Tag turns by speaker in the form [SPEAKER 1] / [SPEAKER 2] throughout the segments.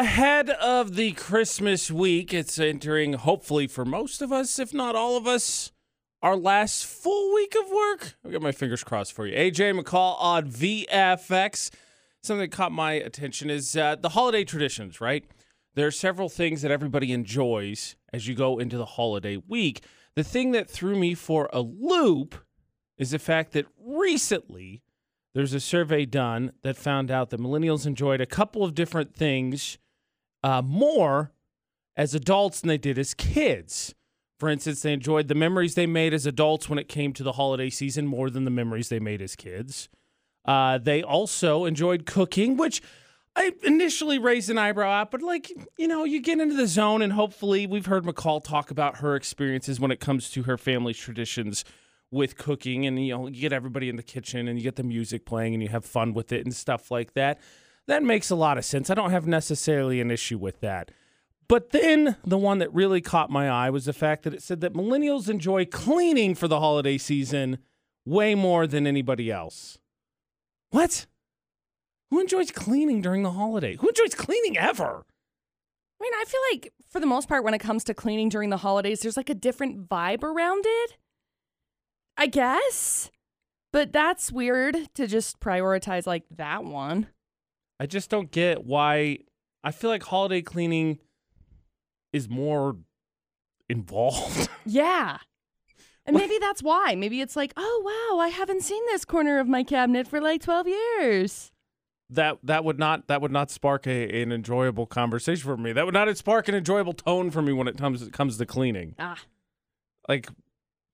[SPEAKER 1] Ahead of the Christmas week, it's entering, hopefully, for most of us, if not all of us, our last full week of work. I've got my fingers crossed for you. AJ McCall on VFX. Something that caught my attention is uh, the holiday traditions, right? There are several things that everybody enjoys as you go into the holiday week. The thing that threw me for a loop is the fact that recently there's a survey done that found out that millennials enjoyed a couple of different things uh, more as adults than they did as kids. For instance, they enjoyed the memories they made as adults when it came to the holiday season more than the memories they made as kids. Uh, they also enjoyed cooking, which I initially raised an eyebrow at, but like, you know, you get into the zone, and hopefully, we've heard McCall talk about her experiences when it comes to her family's traditions with cooking. And, you know, you get everybody in the kitchen and you get the music playing and you have fun with it and stuff like that. That makes a lot of sense. I don't have necessarily an issue with that. But then the one that really caught my eye was the fact that it said that millennials enjoy cleaning for the holiday season way more than anybody else. What? Who enjoys cleaning during the holiday? Who enjoys cleaning ever?
[SPEAKER 2] I mean, I feel like for the most part, when it comes to cleaning during the holidays, there's like a different vibe around it. I guess. But that's weird to just prioritize like that one.
[SPEAKER 1] I just don't get why I feel like holiday cleaning is more involved.
[SPEAKER 2] Yeah. And maybe that's why. Maybe it's like, oh, wow, I haven't seen this corner of my cabinet for like 12 years.
[SPEAKER 1] that that would not that would not spark a, an enjoyable conversation for me. That would not spark an enjoyable tone for me when it comes it comes to cleaning.
[SPEAKER 2] Ah,
[SPEAKER 1] like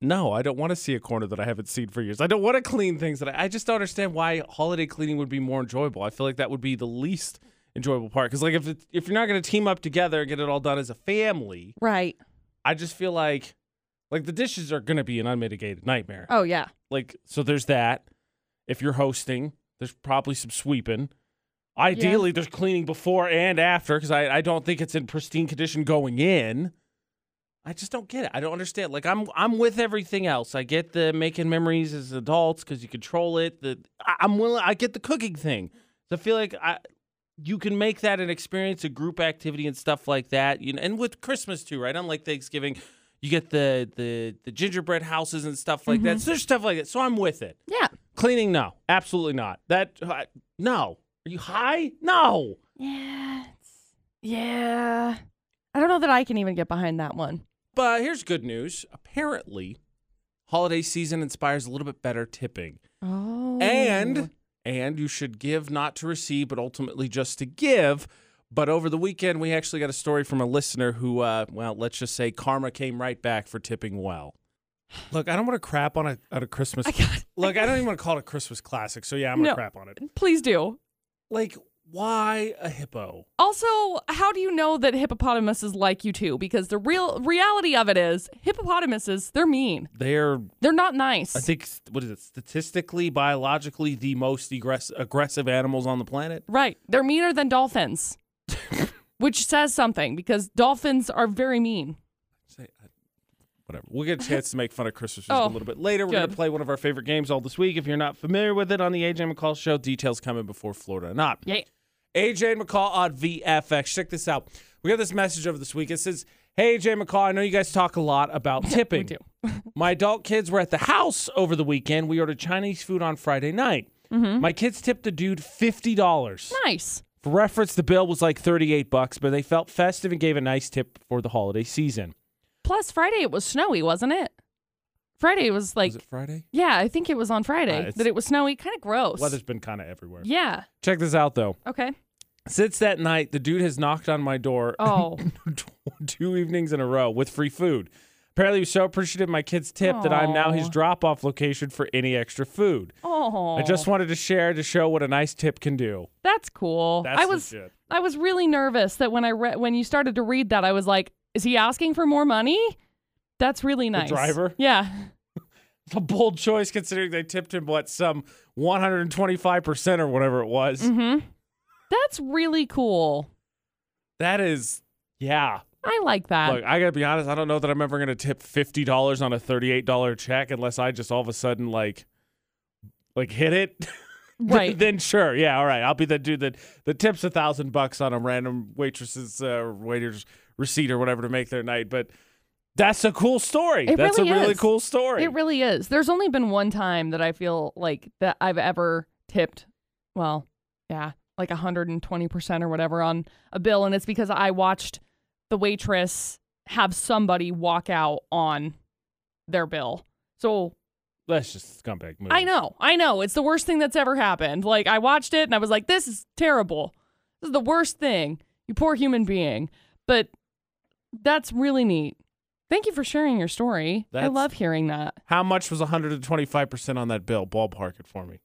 [SPEAKER 1] no i don't want to see a corner that i haven't seen for years i don't want to clean things that I, I just don't understand why holiday cleaning would be more enjoyable i feel like that would be the least enjoyable part because like if it, if you're not going to team up together and get it all done as a family
[SPEAKER 2] right.
[SPEAKER 1] i just feel like like the dishes are going to be an unmitigated nightmare
[SPEAKER 2] Oh, yeah.
[SPEAKER 1] like so there's that if you're hosting there's probably some sweeping ideally there's cleaning before and after because I, I don't think it's in pristine condition going in i just don't get it i don't understand like i'm i'm with everything else i get the making memories as adults because you control it the I, i'm willing i get the cooking thing so i feel like i you can make that an experience, a group activity, and stuff like that. You know, and with Christmas too, right? Unlike Thanksgiving, you get the the the gingerbread houses and stuff like that. So there's stuff like that. So I'm with it.
[SPEAKER 2] Yeah.
[SPEAKER 1] Cleaning, no, absolutely not. That I- no. Are you high? No.
[SPEAKER 2] Yeah. it's- Yeah. I don't know that I can even get behind that one.
[SPEAKER 1] But here's good news. Apparently, holiday season inspires a little bit better tipping.
[SPEAKER 2] Oh.
[SPEAKER 1] And and you should give not to receive, but ultimately just to give. But over the weekend, we actually got a story from a listener who, uh, well, let's just say karma came right back for tipping well. Look, I don't want to crap on a on a Christmas.
[SPEAKER 2] I got-
[SPEAKER 1] look, I don't even want to call it a Christmas classic. So yeah, I'm
[SPEAKER 2] No.
[SPEAKER 1] gonna crap on it.
[SPEAKER 2] Please do.
[SPEAKER 1] Like, why a hippo?
[SPEAKER 2] Also, how do you know that hippopotamuses like you too? Because the real reality of it is hippopotamuses, they're mean.
[SPEAKER 1] They're,
[SPEAKER 2] They're not nice.
[SPEAKER 1] I think, what is it? Statistically, biologically, the most aggress- aggressive animals on the planet.
[SPEAKER 2] right. They're meaner than dolphins. which says something because dolphins are very mean.
[SPEAKER 1] Say, I- whatever. We'll get a chance to make fun of Christmas music
[SPEAKER 2] Oh,
[SPEAKER 1] a little bit later. We're going to
[SPEAKER 2] good.
[SPEAKER 1] play one of our favorite games all this week. If you're not familiar with it on the AJ McCall show, details coming before Florida or not.
[SPEAKER 2] Yeah.
[SPEAKER 1] AJ McCall on VFX. Check this out. We got this message over this week. It says, Hey, AJ McCall, I know you guys talk a lot about tipping.
[SPEAKER 2] do.
[SPEAKER 1] My adult kids were at the house over the weekend. We ordered Chinese food on Friday night.
[SPEAKER 2] Mm-hmm.
[SPEAKER 1] My kids tipped a dude $50.
[SPEAKER 2] Nice.
[SPEAKER 1] For reference, the bill was like 38 bucks, but they felt festive and gave a nice tip for the holiday season.
[SPEAKER 2] Plus Friday it was snowy, wasn't it? Friday was like
[SPEAKER 1] Friday?
[SPEAKER 2] Yeah, I think it was
[SPEAKER 1] Uh,
[SPEAKER 2] on Friday
[SPEAKER 1] it's-
[SPEAKER 2] that it was snowy, kind of gross.
[SPEAKER 1] Weather's been kind of everywhere.
[SPEAKER 2] Yeah.
[SPEAKER 1] Check this out, though.
[SPEAKER 2] Okay.
[SPEAKER 1] Since that night, the dude has knocked on my door
[SPEAKER 2] Oh.
[SPEAKER 1] two evenings in a row with free food. Apparently, he was so appreciative of my kid's tip that I'm now his
[SPEAKER 2] Aw.
[SPEAKER 1] drop off location for any extra food.
[SPEAKER 2] oh.
[SPEAKER 1] I just wanted to share to show what a nice tip can do.
[SPEAKER 2] That's cool.
[SPEAKER 1] That's
[SPEAKER 2] I was
[SPEAKER 1] legit.
[SPEAKER 2] I was really nervous that when I re- when you started to read that I was like, is he asking for more money? That's really nice.
[SPEAKER 1] driver?
[SPEAKER 2] Yeah.
[SPEAKER 1] It's a bold choice considering they tipped him, what, some 125% or whatever it was.
[SPEAKER 2] Mhm. That's really cool.
[SPEAKER 1] That is, yeah.
[SPEAKER 2] I like that.
[SPEAKER 1] Look, I gotta be honest. I don't know that I'm ever gonna tip fifty dollars on a thirty-eight dollar check unless I just all of a sudden like, like hit it.
[SPEAKER 2] Right.
[SPEAKER 1] then sure, yeah, all right. I'll be the dude that that tips a thousand bucks on a random waitress's uh, waiter's receipt or whatever to make their night. But that's a cool story.
[SPEAKER 2] It
[SPEAKER 1] that's
[SPEAKER 2] really
[SPEAKER 1] a really
[SPEAKER 2] is.
[SPEAKER 1] cool story.
[SPEAKER 2] It really is. There's only been one time that I feel like that I've ever tipped, well, yeah, like 120% or whatever on a bill. And it's because I watched the waitress have somebody walk out on their bill. So
[SPEAKER 1] That's just scumbag move.
[SPEAKER 2] I know, I know. It's the worst thing that's ever happened. Like, I watched it and I was like, this is terrible. This is the worst thing. You poor human being. But that's really neat. Thank you for sharing your story. I
[SPEAKER 1] That's-
[SPEAKER 2] love hearing that.
[SPEAKER 1] How much was 125% on that bill? Ballpark it for me.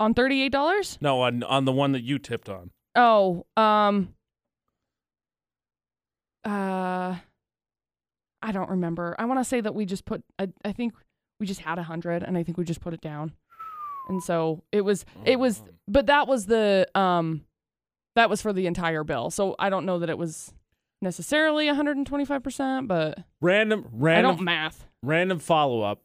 [SPEAKER 2] on $38
[SPEAKER 1] No, on on the one that you tipped on.
[SPEAKER 2] oh um uh i don't remember i want to say that we just put I, I think we just had a hundred and i think we just put it down and so it was it was
[SPEAKER 1] Um.
[SPEAKER 2] but that was the um that was for the entire bill so i don't know that it was necessarily 125% but
[SPEAKER 1] Random,
[SPEAKER 2] i
[SPEAKER 1] random
[SPEAKER 2] don't math
[SPEAKER 1] random follow up.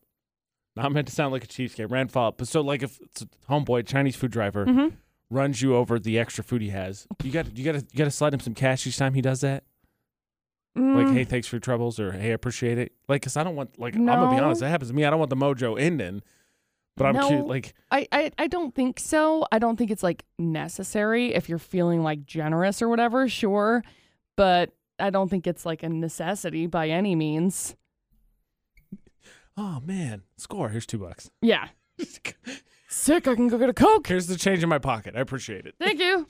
[SPEAKER 1] Not meant to sound like a cheapskate. Random follow up, but so like if it's a homeboy Chinese food driver
[SPEAKER 2] Mhm.
[SPEAKER 1] runs you over the extra food he has, you got you got to you got to slide him some cash each time he does that. Like,
[SPEAKER 2] Mm,
[SPEAKER 1] hey, thanks for your troubles, or hey, I appreciate it. Like, cause I don't want like I'm gonna be
[SPEAKER 2] No.
[SPEAKER 1] honest, that happens to me. I don't want the mojo ending, but I'm
[SPEAKER 2] No.
[SPEAKER 1] cute. Like,
[SPEAKER 2] I, I I don't think so. I don't think it's like necessary if you're feeling like generous or whatever, sure, but I don't think it's like a necessity by any means.
[SPEAKER 1] oh man, score. Here's two bucks.
[SPEAKER 2] Yeah. Sick, I can go get a Coke.
[SPEAKER 1] Here's the change in my pocket. I appreciate it.
[SPEAKER 2] Thank you.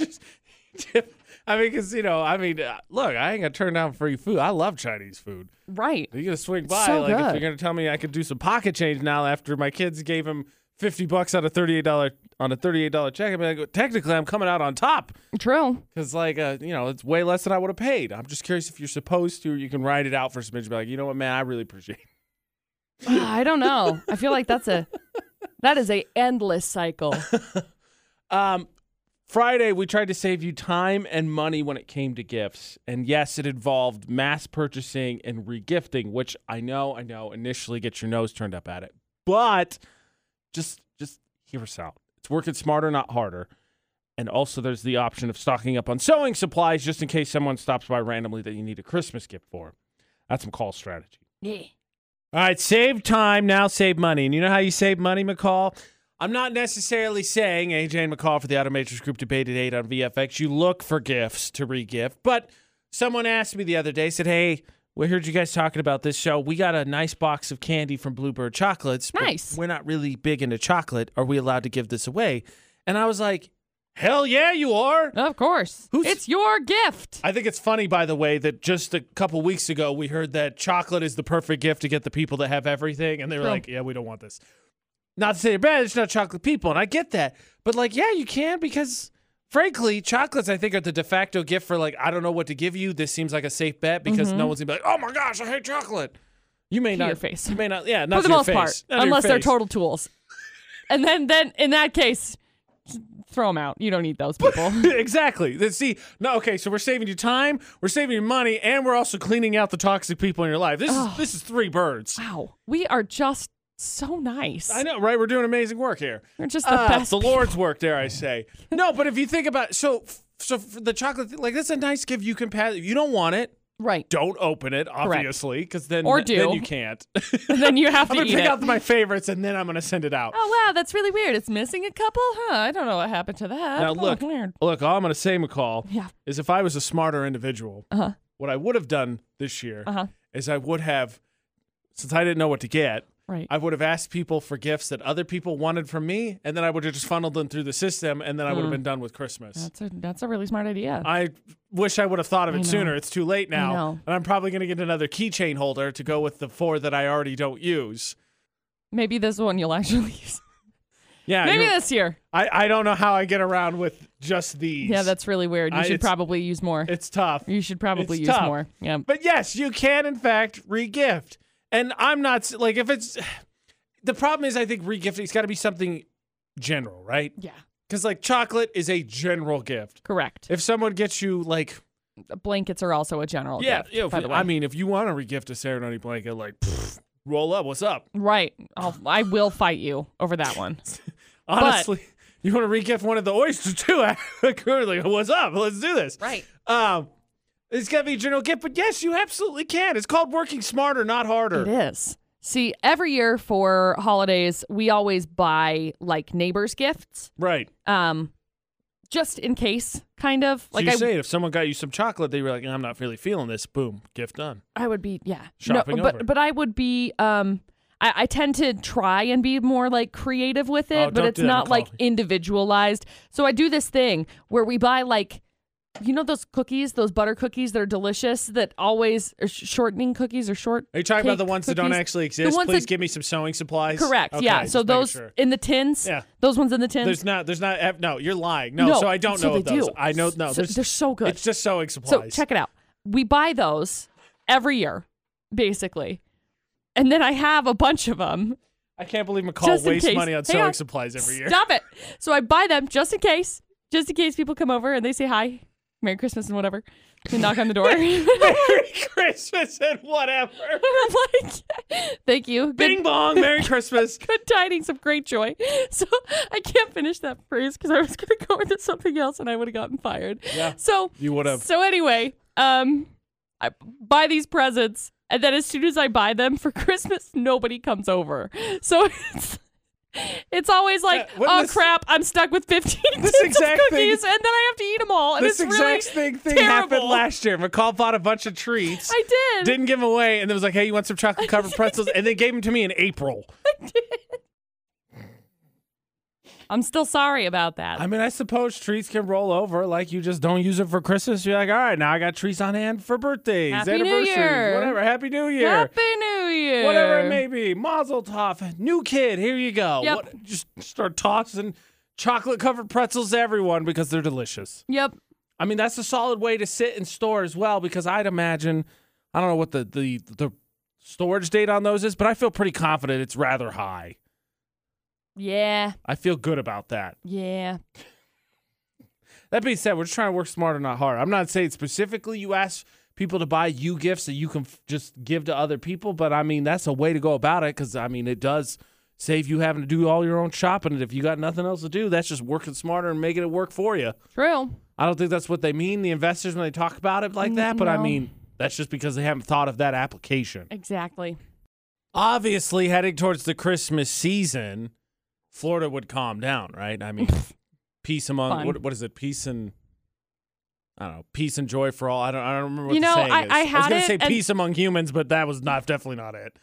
[SPEAKER 1] tip. I mean, because you know, I mean, uh, look, I ain't gonna turn down free food. I love Chinese food.
[SPEAKER 2] Right.
[SPEAKER 1] You're gonna swing by,
[SPEAKER 2] so
[SPEAKER 1] like, if
[SPEAKER 2] good.
[SPEAKER 1] you're gonna tell me I could do some pocket change now after my kids gave him fifty bucks out of thirty-eight dollar on a thirty-eight dollar check. I mean, like, technically, I'm coming out on top
[SPEAKER 2] True.
[SPEAKER 1] because, like, uh, you know, it's way less than I would have paid. I'm just curious if you're supposed to, or you can ride it out for some. Be like, you know what, man, I really appreciate. it.
[SPEAKER 2] Ah, I don't know. I feel like that's a that is a endless cycle.
[SPEAKER 1] Um, Friday, we tried to save you time and money when it came to gifts. And yes, it involved mass purchasing and regifting, which I know, I know, initially gets your nose turned up at it. But just just hear us out. It's working smarter, not harder. And also there's the option of stocking up on sewing supplies just in case someone stops by randomly that you need a Christmas gift for. That's some call strategy.
[SPEAKER 2] Yeah.
[SPEAKER 1] All right, save time, now save money. And you know how you save money, McCall? I'm not necessarily saying AJ and McCall for the Automatrix Group debate at 8 on VFX. You look for gifts to regift. But someone asked me the other day, said, Hey, we heard you guys talking about this show. We got a nice box of candy from Bluebird Chocolates. but
[SPEAKER 2] Nice.
[SPEAKER 1] We're not really big into chocolate. Are we allowed to give this away? And I was like, Hell yeah, you are.
[SPEAKER 2] Of course.
[SPEAKER 1] Who's-
[SPEAKER 2] it's your gift.
[SPEAKER 1] I think it's funny, by the way, that just a couple weeks ago we heard that chocolate is the perfect gift to get the people that have everything, and they were
[SPEAKER 2] True.
[SPEAKER 1] like, "Yeah, we don't want this." Not to say they're bad, it's not chocolate people, and I get that, but like, yeah, you can because, frankly, chocolates I think are the de facto gift for like I don't know what to give you. This seems like a safe bet because no one's gonna be like, "Oh my gosh, I hate chocolate." You may
[SPEAKER 2] To
[SPEAKER 1] not
[SPEAKER 2] Mm-hmm. your face.
[SPEAKER 1] You may not. Yeah, not
[SPEAKER 2] for
[SPEAKER 1] to
[SPEAKER 2] the
[SPEAKER 1] your
[SPEAKER 2] most
[SPEAKER 1] face,
[SPEAKER 2] part,
[SPEAKER 1] not to your
[SPEAKER 2] unless they're
[SPEAKER 1] face.
[SPEAKER 2] total tools. And then, then in that case, just throw them out. You don't need those people.
[SPEAKER 1] exactly. Then See, no, okay. So we're saving you time, we're saving you money, and we're also cleaning out the toxic people in your life. This is this is three birds.
[SPEAKER 2] wow, we are just so nice.
[SPEAKER 1] I know, right? We're doing amazing work here.
[SPEAKER 2] We're just the
[SPEAKER 1] Ah,
[SPEAKER 2] best.
[SPEAKER 1] The Lord's work, dare I say? No, but if you think about so so for the chocolate, thing, like that's a nice gift. You can pass. You don't want it.
[SPEAKER 2] right?
[SPEAKER 1] Don't open it, obviously, because then
[SPEAKER 2] Or
[SPEAKER 1] then
[SPEAKER 2] do.
[SPEAKER 1] you can't.
[SPEAKER 2] And then you have
[SPEAKER 1] I'm
[SPEAKER 2] to
[SPEAKER 1] gonna
[SPEAKER 2] eat
[SPEAKER 1] pick
[SPEAKER 2] it.
[SPEAKER 1] out my favorites and then I'm gonna send it out.
[SPEAKER 2] oh wow, that's really weird. It's missing a couple, huh? I don't know what happened to that.
[SPEAKER 1] Now
[SPEAKER 2] Oh,
[SPEAKER 1] look,
[SPEAKER 2] weird.
[SPEAKER 1] look. All I'm gonna say, McCall,
[SPEAKER 2] Yeah.
[SPEAKER 1] is if I was a smarter individual,
[SPEAKER 2] Uh-huh.
[SPEAKER 1] what I would have done this year
[SPEAKER 2] Uh-huh.
[SPEAKER 1] is I would have, since I didn't know what to get,
[SPEAKER 2] Right.
[SPEAKER 1] I would have asked people for gifts that other people wanted from me, and then I would have just funneled them through the system, and then I would
[SPEAKER 2] Hmm.
[SPEAKER 1] have been done with Christmas.
[SPEAKER 2] that's a that's a really smart idea.
[SPEAKER 1] I wish I would have thought of
[SPEAKER 2] I
[SPEAKER 1] it
[SPEAKER 2] know.
[SPEAKER 1] sooner. It's too late now,
[SPEAKER 2] know.
[SPEAKER 1] and I'm probably going to get another keychain holder to go with the four that I already don't use.
[SPEAKER 2] Maybe this one you'll actually use.
[SPEAKER 1] Yeah,
[SPEAKER 2] Maybe
[SPEAKER 1] you're-
[SPEAKER 2] this year.
[SPEAKER 1] I I don't know how I get around with just these.
[SPEAKER 2] Yeah, that's really weird. You
[SPEAKER 1] I-
[SPEAKER 2] should
[SPEAKER 1] it's-
[SPEAKER 2] probably use more.
[SPEAKER 1] it's tough.
[SPEAKER 2] You should probably
[SPEAKER 1] it's
[SPEAKER 2] use
[SPEAKER 1] tough.
[SPEAKER 2] more. Yeah.
[SPEAKER 1] But yes, you can in fact regift. And I'm not s- like if it's the problem is I think regifting's got to be something general, right?
[SPEAKER 2] Yeah.
[SPEAKER 1] Cuz like chocolate is a general gift.
[SPEAKER 2] Correct.
[SPEAKER 1] If someone gets you like
[SPEAKER 2] Blankets are also a general
[SPEAKER 1] yeah,
[SPEAKER 2] gift.
[SPEAKER 1] you know,
[SPEAKER 2] by the way.
[SPEAKER 1] I mean if you want to regift a ceremony blanket like pfft, roll up, what's up?
[SPEAKER 2] Right. I'll, I will fight you over that one.
[SPEAKER 1] Honestly, You want to regift one of the oysters too? Clearly, what's up? Let's do this.
[SPEAKER 2] Right.
[SPEAKER 1] Um, it's got to be a general gift, but yes, you absolutely can. It's called working smarter, not
[SPEAKER 2] It
[SPEAKER 1] harder.
[SPEAKER 2] is. See, every year for holidays, we always buy like neighbors' gifts,
[SPEAKER 1] Right.
[SPEAKER 2] um, just in case, kind of.
[SPEAKER 1] Like
[SPEAKER 2] Like
[SPEAKER 1] you
[SPEAKER 2] I,
[SPEAKER 1] say, if someone got you some chocolate, they were like, "I'm not really feeling this." Boom, gift done.
[SPEAKER 2] I would be, yeah,
[SPEAKER 1] Shopping
[SPEAKER 2] no,
[SPEAKER 1] over.
[SPEAKER 2] but but I would be. Um, I, I tend to try and be more like creative with it,
[SPEAKER 1] Oh,
[SPEAKER 2] but
[SPEAKER 1] don't
[SPEAKER 2] it's
[SPEAKER 1] do that,
[SPEAKER 2] not like
[SPEAKER 1] Nicole.
[SPEAKER 2] individualized. So I do this thing where we buy like. You know those cookies, those butter cookies that are delicious that always are sh- shortening cookies or short.
[SPEAKER 1] Are you talking about the
[SPEAKER 2] cake
[SPEAKER 1] ones that don't
[SPEAKER 2] cookies?
[SPEAKER 1] actually
[SPEAKER 2] The
[SPEAKER 1] exist?
[SPEAKER 2] ones
[SPEAKER 1] Please
[SPEAKER 2] that-
[SPEAKER 1] give me some sewing supplies.
[SPEAKER 2] Correct.
[SPEAKER 1] Okay,
[SPEAKER 2] yeah. So
[SPEAKER 1] just making
[SPEAKER 2] those
[SPEAKER 1] sure.
[SPEAKER 2] in the tins.
[SPEAKER 1] Yeah.
[SPEAKER 2] Those ones in the tins.
[SPEAKER 1] There's not. There's not. ev- No, you're lying. No. so I don't
[SPEAKER 2] so
[SPEAKER 1] know
[SPEAKER 2] they
[SPEAKER 1] of those.
[SPEAKER 2] do.
[SPEAKER 1] I know. No.
[SPEAKER 2] So
[SPEAKER 1] there's,
[SPEAKER 2] they're so good.
[SPEAKER 1] It's just sewing
[SPEAKER 2] so
[SPEAKER 1] supplies.
[SPEAKER 2] check it out. We buy those every year, basically, and then I have a bunch of them.
[SPEAKER 1] I can't believe McCall
[SPEAKER 2] Just in
[SPEAKER 1] wastes
[SPEAKER 2] case.
[SPEAKER 1] money on
[SPEAKER 2] Hang
[SPEAKER 1] sewing
[SPEAKER 2] on.
[SPEAKER 1] supplies every year.
[SPEAKER 2] Stop it. So I buy them just in case, just in case people come over and they say hi, Merry Christmas and whatever, and knock on the door.
[SPEAKER 1] Merry Christmas and whatever.
[SPEAKER 2] I'm like, thank you. Good,
[SPEAKER 1] Bing bong. Merry Christmas.
[SPEAKER 2] good tidings of great joy. So I can't finish that phrase because I was going to go into something else and I would have gotten fired.
[SPEAKER 1] Yeah.
[SPEAKER 2] So
[SPEAKER 1] You would have.
[SPEAKER 2] So anyway, um, I buy these presents, and then as soon as I buy them for Christmas, nobody comes over. So it's it's always like,
[SPEAKER 1] Uh, what-
[SPEAKER 2] oh
[SPEAKER 1] this-
[SPEAKER 2] crap, I'm stuck with 15
[SPEAKER 1] This
[SPEAKER 2] tins
[SPEAKER 1] exact
[SPEAKER 2] of
[SPEAKER 1] thing-
[SPEAKER 2] cookies, and then I have to eat them all. And
[SPEAKER 1] This
[SPEAKER 2] it's
[SPEAKER 1] exact
[SPEAKER 2] really,
[SPEAKER 1] thing thing happened
[SPEAKER 2] terrible.
[SPEAKER 1] last year. McCall bought a bunch of treats.
[SPEAKER 2] I did.
[SPEAKER 1] didn't give them away, and then was like, "Hey, you want some chocolate covered pretzels?" and then gave them to me in April.
[SPEAKER 2] I'm still sorry about that.
[SPEAKER 1] I mean, I suppose treats can roll over. Like you just don't use it for Christmas. You're like, all right, now I got treats on hand for birthdays,
[SPEAKER 2] Happy New
[SPEAKER 1] anniversaries,
[SPEAKER 2] Year.
[SPEAKER 1] whatever. Happy New Year,
[SPEAKER 2] Happy New Year.
[SPEAKER 1] whatever it may be. Mazel tov, new kid. Here you go.
[SPEAKER 2] Yep.
[SPEAKER 1] What, just start tossing chocolate covered pretzels to everyone because they're delicious.
[SPEAKER 2] Yep.
[SPEAKER 1] I mean, that's a solid way to sit in store as well because I'd imagine I don't know what the the the storage date on those is, but I feel pretty confident it's rather high.
[SPEAKER 2] Yeah.
[SPEAKER 1] I feel good about that.
[SPEAKER 2] Yeah.
[SPEAKER 1] That being said, we're just trying to work smarter, not hard. I'm not saying specifically you ask people to buy you gifts that you can f- just give to other people, but I mean that's a way to go about it because I mean it does save you having to do all your own shopping. And if you got nothing else to do, that's just working smarter and making it work for you.
[SPEAKER 2] True.
[SPEAKER 1] I don't think that's what they mean, the investors, when they talk about it like that. But I
[SPEAKER 2] no.
[SPEAKER 1] mean, that's just because they haven't thought of that application.
[SPEAKER 2] Exactly.
[SPEAKER 1] Obviously, heading towards the Christmas season, Florida would calm down, right? I mean, peace among
[SPEAKER 2] Fun.
[SPEAKER 1] what, what is it? Peace and I don't know, peace and joy for all. I don't. I don't remember what
[SPEAKER 2] You
[SPEAKER 1] the
[SPEAKER 2] know,
[SPEAKER 1] saying
[SPEAKER 2] I-
[SPEAKER 1] is.
[SPEAKER 2] I
[SPEAKER 1] was
[SPEAKER 2] had
[SPEAKER 1] gonna
[SPEAKER 2] it
[SPEAKER 1] say
[SPEAKER 2] and-
[SPEAKER 1] peace among humans, but that was not definitely not it.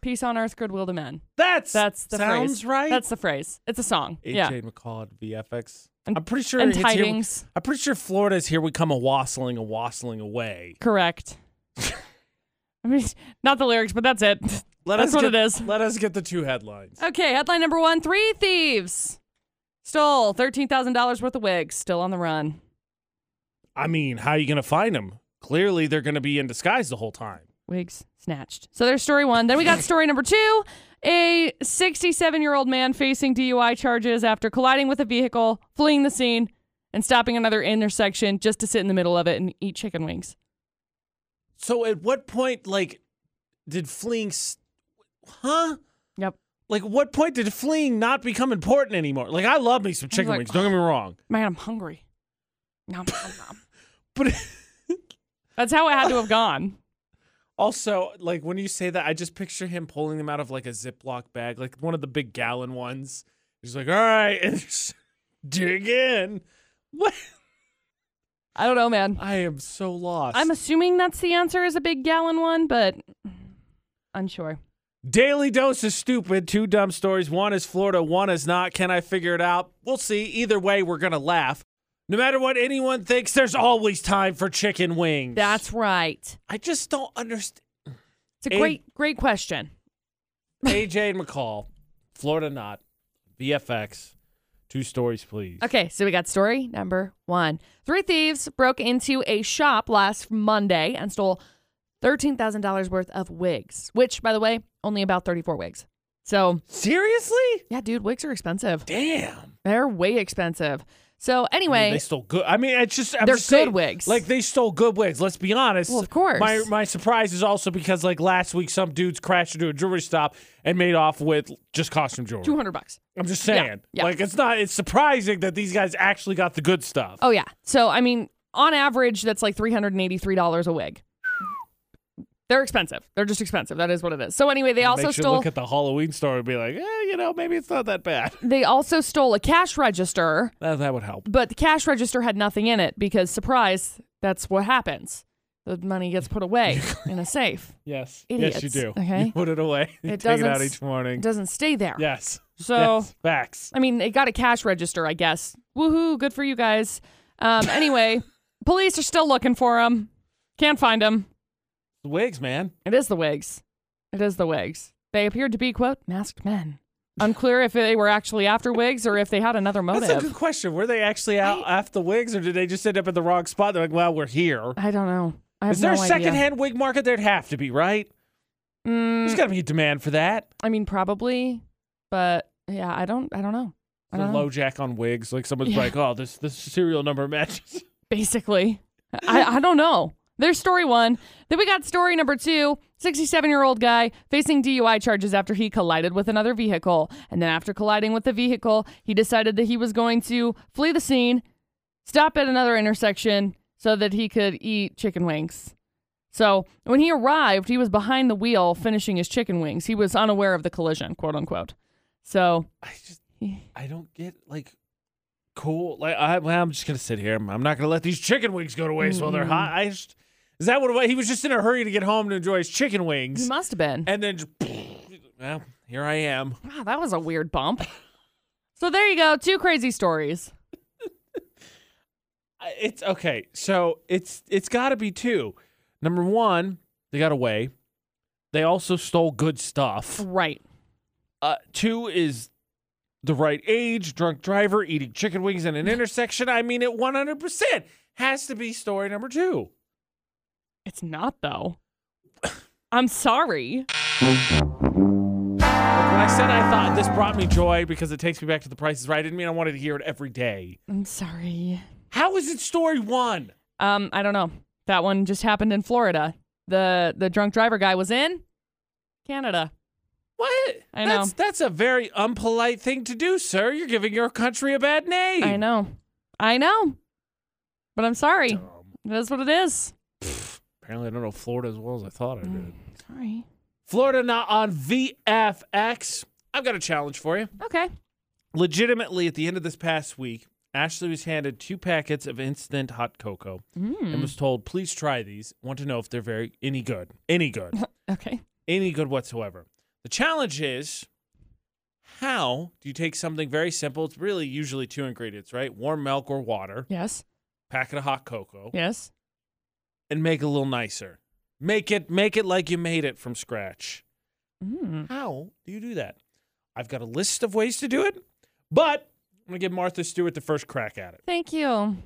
[SPEAKER 2] Peace on earth, goodwill to men.
[SPEAKER 1] That's
[SPEAKER 2] That's the
[SPEAKER 1] sounds
[SPEAKER 2] phrase.
[SPEAKER 1] right.
[SPEAKER 2] That's the phrase. It's a song.
[SPEAKER 1] AJ
[SPEAKER 2] yeah.
[SPEAKER 1] McCall at VFX.
[SPEAKER 2] And-
[SPEAKER 1] I'm pretty sure
[SPEAKER 2] And
[SPEAKER 1] it's here we-
[SPEAKER 2] tidings.
[SPEAKER 1] I'm pretty sure Florida's here. We come a wassailing, a wassailing away.
[SPEAKER 2] Correct. I mean, not the lyrics, but that's it.
[SPEAKER 1] Let
[SPEAKER 2] That's
[SPEAKER 1] us
[SPEAKER 2] what
[SPEAKER 1] get,
[SPEAKER 2] it is.
[SPEAKER 1] Let us get the two headlines.
[SPEAKER 2] Okay, headline number one Three thieves stole $13,000 worth of wigs, still on the run.
[SPEAKER 1] I mean, how are you going to find them? Clearly, they're going to be in disguise the whole time.
[SPEAKER 2] Wigs snatched. So there's story one. Then we got story number two a 67 year old man facing DUI charges after colliding with a vehicle, fleeing the scene, and stopping another intersection just to sit in the middle of it and eat chicken wings.
[SPEAKER 1] So, at what point, like, did fleeing, s huh?
[SPEAKER 2] Yep.
[SPEAKER 1] Like, what point did fleeing not become important anymore? Like, I love me some chicken
[SPEAKER 2] like,
[SPEAKER 1] wings. Don't get me wrong,
[SPEAKER 2] Man, I'm hungry. Nom, nom, nom.
[SPEAKER 1] but
[SPEAKER 2] That's how it had to have gone.
[SPEAKER 1] also, like, when you say that, I just picture him pulling them out of like a Ziploc bag, like one of the big gallon ones. He's like, "All right, and just dig in." What?
[SPEAKER 2] I don't know, man.
[SPEAKER 1] I am so lost.
[SPEAKER 2] I'm assuming that's the answer is a big gallon one, but unsure.
[SPEAKER 1] Daily dose is stupid. Two dumb stories. One is Florida, one is not. Can I figure it out? We'll see. Either way, we're going to laugh. No matter what anyone thinks, there's always time for chicken wings.
[SPEAKER 2] That's right.
[SPEAKER 1] I just don't understand.
[SPEAKER 2] It's a
[SPEAKER 1] And-
[SPEAKER 2] great, great question.
[SPEAKER 1] AJ and McCall, Florida not, VFX. Two stories, please.
[SPEAKER 2] Okay, so we got story number one. Three thieves broke into a shop last Monday and stole $13,000 worth of wigs, which, by the way, only about 34 wigs. So,
[SPEAKER 1] Seriously?
[SPEAKER 2] yeah, dude, wigs are expensive.
[SPEAKER 1] Damn.
[SPEAKER 2] They're way expensive.
[SPEAKER 1] I
[SPEAKER 2] So
[SPEAKER 1] mean,
[SPEAKER 2] anyway,
[SPEAKER 1] they stole good. I mean, it's just I'm
[SPEAKER 2] They're
[SPEAKER 1] just saying,
[SPEAKER 2] good wigs.
[SPEAKER 1] Like they stole good wigs. Let's be honest.
[SPEAKER 2] Well, of course.
[SPEAKER 1] My my surprise is also because like last week, some dudes crashed into a jewelry shop and made off with just costume jewelry.
[SPEAKER 2] two hundred bucks.
[SPEAKER 1] I'm just saying.
[SPEAKER 2] yeah.
[SPEAKER 1] Like it's not. It's surprising that these guys actually got the good stuff.
[SPEAKER 2] Oh yeah. So I mean, on average, that's like three hundred and eighty-three dollars a wig. They're expensive. They're just expensive. That is what it is. So anyway, they also
[SPEAKER 1] Makes you
[SPEAKER 2] stole
[SPEAKER 1] look at the Halloween store and be like, eh, you know, maybe it's not that bad.
[SPEAKER 2] they also stole a cash register,
[SPEAKER 1] That, that would help.
[SPEAKER 2] but the cash register had nothing in it because surprise, that's what happens. The money gets put away in a safe.
[SPEAKER 1] Yes. Yes, you
[SPEAKER 2] Idiots,
[SPEAKER 1] do.
[SPEAKER 2] okay?
[SPEAKER 1] You put it away. You take
[SPEAKER 2] It
[SPEAKER 1] it
[SPEAKER 2] doesn't
[SPEAKER 1] out
[SPEAKER 2] s-
[SPEAKER 1] each morning.
[SPEAKER 2] It doesn't stay there.
[SPEAKER 1] yes.
[SPEAKER 2] So
[SPEAKER 1] Yes. Facts.
[SPEAKER 2] I mean, they got a cash register, I guess. Woohoo, good for you guys. Um, anyway, police are still looking for him. Can't find him.
[SPEAKER 1] Wigs, man.
[SPEAKER 2] It is the wigs. It is the wigs. They appeared to be, quote, masked men. Unclear if they were actually after wigs or if Oh, they had another
[SPEAKER 1] That's a good
[SPEAKER 2] motive.
[SPEAKER 1] question. Were they actually out after the wigs, or did they just end up in the wrong spot? They're like, well, we're here.
[SPEAKER 2] I don't know. I have
[SPEAKER 1] Is there
[SPEAKER 2] no
[SPEAKER 1] a
[SPEAKER 2] idea.
[SPEAKER 1] secondhand wig market? There'd have to be, right? There's
[SPEAKER 2] Mm,
[SPEAKER 1] got to be a demand for that.
[SPEAKER 2] I mean, probably, but yeah, I don't. I don't know. I
[SPEAKER 1] The
[SPEAKER 2] don't know.
[SPEAKER 1] low jack on wigs. Like someone's
[SPEAKER 2] Uh-huh. Yeah.
[SPEAKER 1] like, oh, this this serial number matches.
[SPEAKER 2] Basically, I, I don't know. There's story one. Then we got story number two. 67 year old guy facing DUI charges after he collided with another vehicle. And then, after colliding with the vehicle, he decided that he was going to flee the scene stop at another intersection so that he could eat chicken wings. So when he arrived, he was behind the wheel finishing his chicken wings. He was unaware of the collision, quote unquote. So
[SPEAKER 1] I just I don't get like cool. Like I, well, I'm just gonna sit here. I'm, I'm not gonna let these chicken wings go to waste while they're
[SPEAKER 2] Mm-hmm.
[SPEAKER 1] hot. I just is that what it was? he was just in a hurry to get home to enjoy his chicken
[SPEAKER 2] he
[SPEAKER 1] wings,
[SPEAKER 2] must have been.
[SPEAKER 1] and then just, well, here I am.
[SPEAKER 2] Wow, that was a weird bump. So there you go, two crazy stories.
[SPEAKER 1] I- It's okay. So it's it's got to be two. Number one, they got away. They also stole good stuff.
[SPEAKER 2] Right.
[SPEAKER 1] Uh, two is the right age, drunk driver eating chicken wings in an intersection. I mean, it 100% has to be story number two.
[SPEAKER 2] It's not though. I'm sorry.
[SPEAKER 1] Like, when I said I thought this brought me joy because it takes me back to the prices right, I didn't mean I wanted to hear it every day.
[SPEAKER 2] I'm sorry.
[SPEAKER 1] How is it story one?
[SPEAKER 2] Um, I don't know. That one just happened in Florida. The the drunk driver guy was in Canada.
[SPEAKER 1] What?
[SPEAKER 2] I know.
[SPEAKER 1] That's, that's a very unpolite thing to do, sir. You're giving your country a bad name.
[SPEAKER 2] I know. I know. But I'm sorry. It is what it is.
[SPEAKER 1] Apparently, I don't know Florida as well as I thought I did.
[SPEAKER 2] Sorry.
[SPEAKER 1] Florida not on VFX. I've got a challenge for you.
[SPEAKER 2] Okay.
[SPEAKER 1] Legitimately, at the end of this past week, Ashley was handed two packets of instant hot cocoa
[SPEAKER 2] Mm. Hmm.
[SPEAKER 1] and was told, "Please try these. Want to know if they're very any good, any good,
[SPEAKER 2] Okay.
[SPEAKER 1] any good whatsoever." The challenge is, how do you take something very simple? It's really usually two ingredients, right? Warm milk or water,
[SPEAKER 2] Yes.
[SPEAKER 1] packet of hot cocoa,
[SPEAKER 2] Yes.
[SPEAKER 1] and make it a little nicer. Make it make it like you made it from scratch.
[SPEAKER 2] Mm.
[SPEAKER 1] How do you do that? I've got a list of ways to do it, but I'm gonna give Martha Stewart the first crack at it.
[SPEAKER 2] Thank you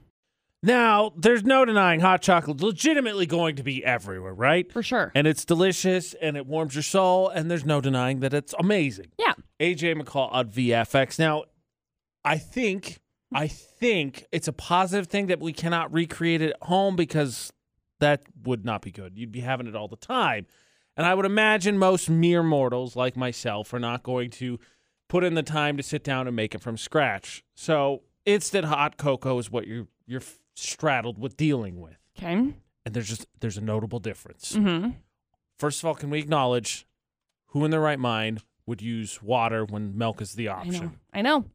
[SPEAKER 1] Now, there's no denying hot chocolate's legitimately going to be everywhere, right?
[SPEAKER 2] for sure.
[SPEAKER 1] And it's delicious and it warms your soul, and there's no denying that it's amazing.
[SPEAKER 2] Yeah.
[SPEAKER 1] AJ McCall on VFX. Now, I think I think it's a positive thing that we cannot recreate it at home because that would not be good. You'd be having it all the time. And I would imagine most mere mortals like myself are not going to put in the time to sit down and make it from scratch. So instant hot cocoa is what you're you're straddled with dealing with.
[SPEAKER 2] Okay.
[SPEAKER 1] And there's just there's a notable difference
[SPEAKER 2] Mm-hmm.
[SPEAKER 1] first of all, can we acknowledge who in their right mind would use water when milk is the
[SPEAKER 2] I know.
[SPEAKER 1] option?
[SPEAKER 2] I know.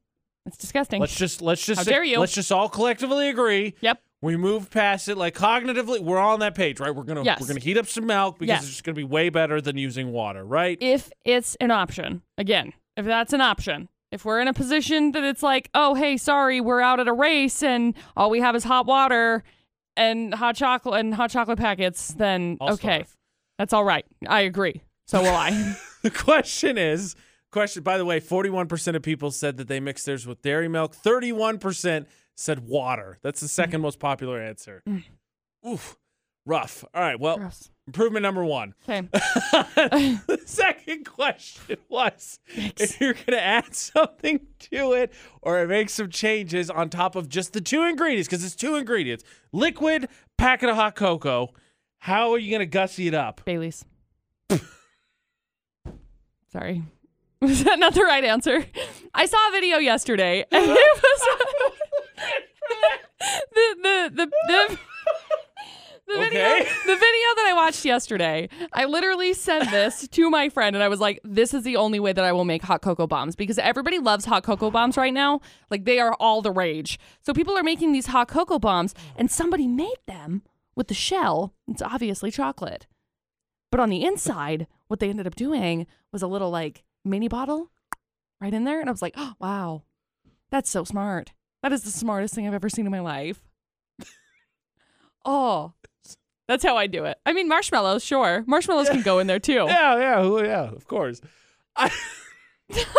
[SPEAKER 2] It's disgusting.
[SPEAKER 1] Let's just let's just
[SPEAKER 2] How dare you.
[SPEAKER 1] let's just all collectively agree.
[SPEAKER 2] Yep.
[SPEAKER 1] We move past it like cognitively, we're all on that page, right? We're gonna
[SPEAKER 2] Yes.
[SPEAKER 1] we're gonna heat up some milk because
[SPEAKER 2] Yes.
[SPEAKER 1] it's just gonna be way better than using water, right?
[SPEAKER 2] if it's an option, again, if that's an option, if we're in a position that it's like, oh, hey, sorry, we're out at a race and all we have is hot water and hot chocolate and hot chocolate packets, then
[SPEAKER 1] I'll
[SPEAKER 2] okay,
[SPEAKER 1] starve.
[SPEAKER 2] that's all right. I agree. So will I.
[SPEAKER 1] The question is question by the way, forty one percent of people said that they mix theirs with dairy milk, thirty
[SPEAKER 2] Mm.
[SPEAKER 1] one percent said water. That's the second most popular answer. Oof. Rough. All right. Well,
[SPEAKER 2] Gross.
[SPEAKER 1] improvement number one.
[SPEAKER 2] Okay.
[SPEAKER 1] the second question was if you're going to add something to it or make some changes on top of just the two ingredients, because it's two ingredients liquid, packet of hot cocoa. How are you going to gussy it up?
[SPEAKER 2] Bailey's. Sorry. Was that not the right answer? I saw a video yesterday. And it was the the the the, the video
[SPEAKER 1] Okay.
[SPEAKER 2] the video that I watched yesterday. I literally sent this to my friend and I was like, this is the only way that I will make hot cocoa bombs because everybody loves hot cocoa bombs right now. Like they are all the rage. So people are making these hot cocoa bombs and somebody made them with the shell. It's obviously chocolate. But on the inside, what they ended up doing was a little like mini bottle right in there. And I was like, oh, wow, that's so smart. That is the smartest thing I've ever seen in my life. oh, that's how I do it. I mean, marshmallows, sure. Marshmallows can go in there too.
[SPEAKER 1] Yeah, yeah, who- yeah, of course.
[SPEAKER 2] I'm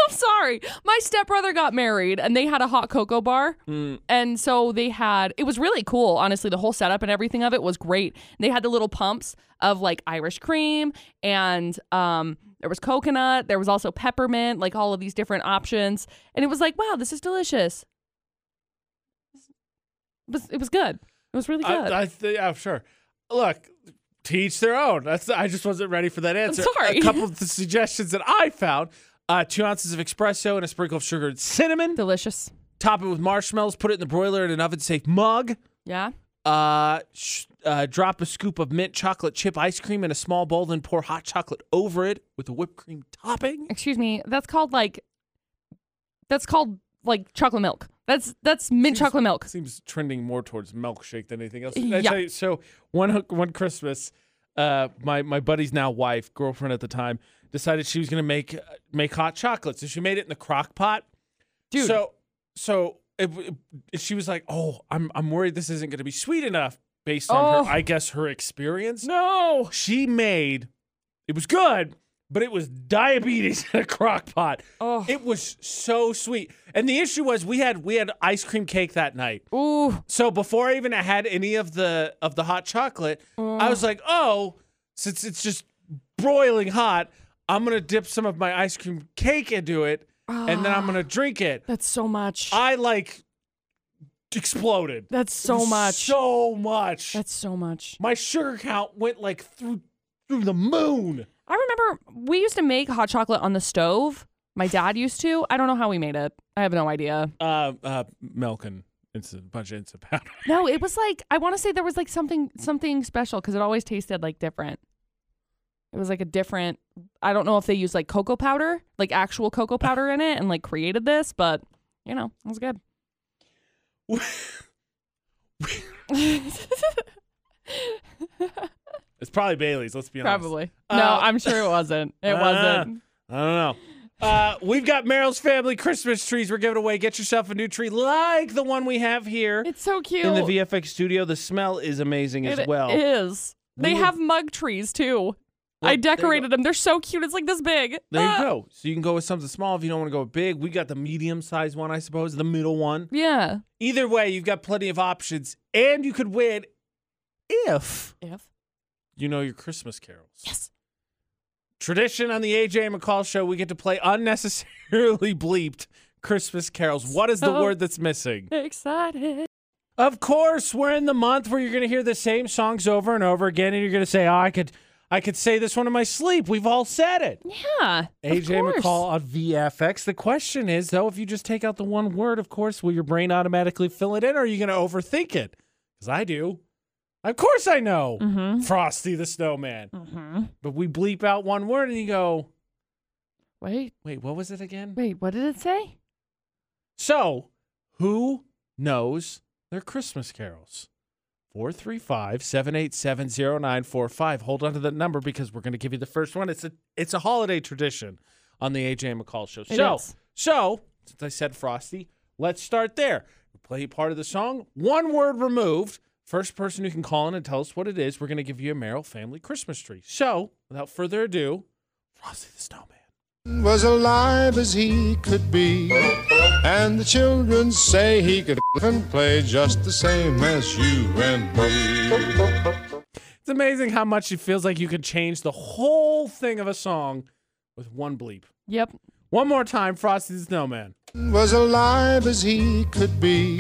[SPEAKER 2] sorry. My stepbrother got married and they had a hot cocoa bar.
[SPEAKER 1] Mm,
[SPEAKER 2] And so they had, it was really cool. Honestly, the whole setup and everything of it was great. They had the little pumps of like Irish cream and, um, there was coconut, there was also peppermint, like all of these different options. And it was like, wow, this is delicious. It was, it was good. It was really good.
[SPEAKER 1] I, I th- yeah, sure. Look, teach their own. That's I just wasn't ready for that answer.
[SPEAKER 2] sorry.
[SPEAKER 1] A couple of the suggestions that I found. Uh, two ounces of espresso and a sprinkle of sugar and cinnamon.
[SPEAKER 2] delicious.
[SPEAKER 1] Top it with marshmallows. Put it in the broiler in an oven safe mug.
[SPEAKER 2] Yeah.
[SPEAKER 1] Uh, sh- uh, drop a scoop of mint chocolate chip ice cream in a small bowl, then pour hot chocolate over it with a whipped cream topping.
[SPEAKER 2] Excuse me. That's called like, that's called like chocolate milk. That's, that's mint
[SPEAKER 1] Seems-
[SPEAKER 2] chocolate milk.
[SPEAKER 1] Seems trending more towards milkshake than anything else.
[SPEAKER 2] Yeah.
[SPEAKER 1] Actually, so one one Christmas, uh, my my buddy's now wife, girlfriend at the time, decided she was gonna make uh, make hot chocolate. So she made it in the crock pot.
[SPEAKER 2] Dude.
[SPEAKER 1] So so it, it- she was like, "Oh, I'm I'm worried this isn't gonna be sweet enough." Based on
[SPEAKER 2] Oh.
[SPEAKER 1] her, I guess her experience.
[SPEAKER 2] No.
[SPEAKER 1] She made it was good, but it was diabetes in a crock pot.
[SPEAKER 2] Oh.
[SPEAKER 1] It was so sweet. And the issue was we had we had ice cream cake that night.
[SPEAKER 2] Ooh.
[SPEAKER 1] So before I even had any of the of the hot chocolate, I was like, "Oh, since it's just broiling hot, I'm going to dip some of my ice cream cake into it and then I'm
[SPEAKER 2] Ah.
[SPEAKER 1] going to drink it."
[SPEAKER 2] That's so much.
[SPEAKER 1] I like exploded.
[SPEAKER 2] That's so much.
[SPEAKER 1] So much.
[SPEAKER 2] That's so much.
[SPEAKER 1] My sugar count went like through through the moon.
[SPEAKER 2] I remember we used to make hot chocolate on the stove. My dad used to. I don't know how we made it. I have no idea.
[SPEAKER 1] Uh, uh, milk and instant, a bunch of instant powder.
[SPEAKER 2] No, it was like I want to say there was like something something special because it always tasted like different. It was like a different. I don't know if they used like cocoa powder, like actual cocoa powder in it, and like created this, but you know, it was good.
[SPEAKER 1] It's probably Bailey's. Let's be honest.
[SPEAKER 2] Probably. no,
[SPEAKER 1] Uh,
[SPEAKER 2] I'm sure it wasn't. It
[SPEAKER 1] Ah.
[SPEAKER 2] wasn't.
[SPEAKER 1] I don't know. Uh, we've got Merrill's family Christmas trees. We're giving away. Get yourself a new tree like the one we have here
[SPEAKER 2] It's so cute.
[SPEAKER 1] in the VFX studio. The smell is amazing as
[SPEAKER 2] It
[SPEAKER 1] well.
[SPEAKER 2] is. They
[SPEAKER 1] We were-
[SPEAKER 2] have mug trees too.
[SPEAKER 1] Well, there
[SPEAKER 2] I
[SPEAKER 1] you go.
[SPEAKER 2] decorated them. They're so cute. It's like this big.
[SPEAKER 1] There
[SPEAKER 2] Ah.
[SPEAKER 1] you go. So you can go with something small if you don't want to go big. We got the medium sized one, I suppose, the middle one.
[SPEAKER 2] Yeah.
[SPEAKER 1] Either way, you've got plenty of options, and you could win if
[SPEAKER 2] If.
[SPEAKER 1] you know your Christmas carols.
[SPEAKER 2] Yes.
[SPEAKER 1] Tradition on the AJ McCall show, we get to play unnecessarily bleeped Christmas carols. What is the
[SPEAKER 2] So-
[SPEAKER 1] word that's missing?
[SPEAKER 2] Excited.
[SPEAKER 1] Of course, we're in the month where you're going to hear the same songs over and over again, and you're going to say, "Oh, I could, I could say this one in my sleep." We've all said it.
[SPEAKER 2] Yeah. of
[SPEAKER 1] AJ
[SPEAKER 2] course.
[SPEAKER 1] McCall on VFX. The question is, though, if you just take out the one word, of course, will your brain automatically fill it in, or are you going to overthink it? Because I do. Of course, I know
[SPEAKER 2] Mhm.
[SPEAKER 1] Frosty the Snowman,
[SPEAKER 2] Mhm.
[SPEAKER 1] but we bleep out one word, and you go,
[SPEAKER 2] Wait.
[SPEAKER 1] "Wait, what was it again?"
[SPEAKER 2] Wait. What did it say?
[SPEAKER 1] So, who knows their Christmas carols? 435 787 0945. Hold on to that number because we're going to give you the first one. It's a it's a holiday tradition on the AJ McCall show.
[SPEAKER 2] It
[SPEAKER 1] so,
[SPEAKER 2] is.
[SPEAKER 1] so since I said Frosty, let's start there. We play part of the song, one word removed. First person who can call in and tell us what it is, we're going to give you a Merrill family Christmas tree. So, without further ado, Frosty the Snowman.
[SPEAKER 3] was alive as he could be. And the children say he could and play just the same as you and me.
[SPEAKER 1] It's It's amazing how much it feels like you can change the whole thing of a song with one bleep.
[SPEAKER 2] Yep.
[SPEAKER 1] One more time, Frosty the Snowman.
[SPEAKER 3] was alive as he could be.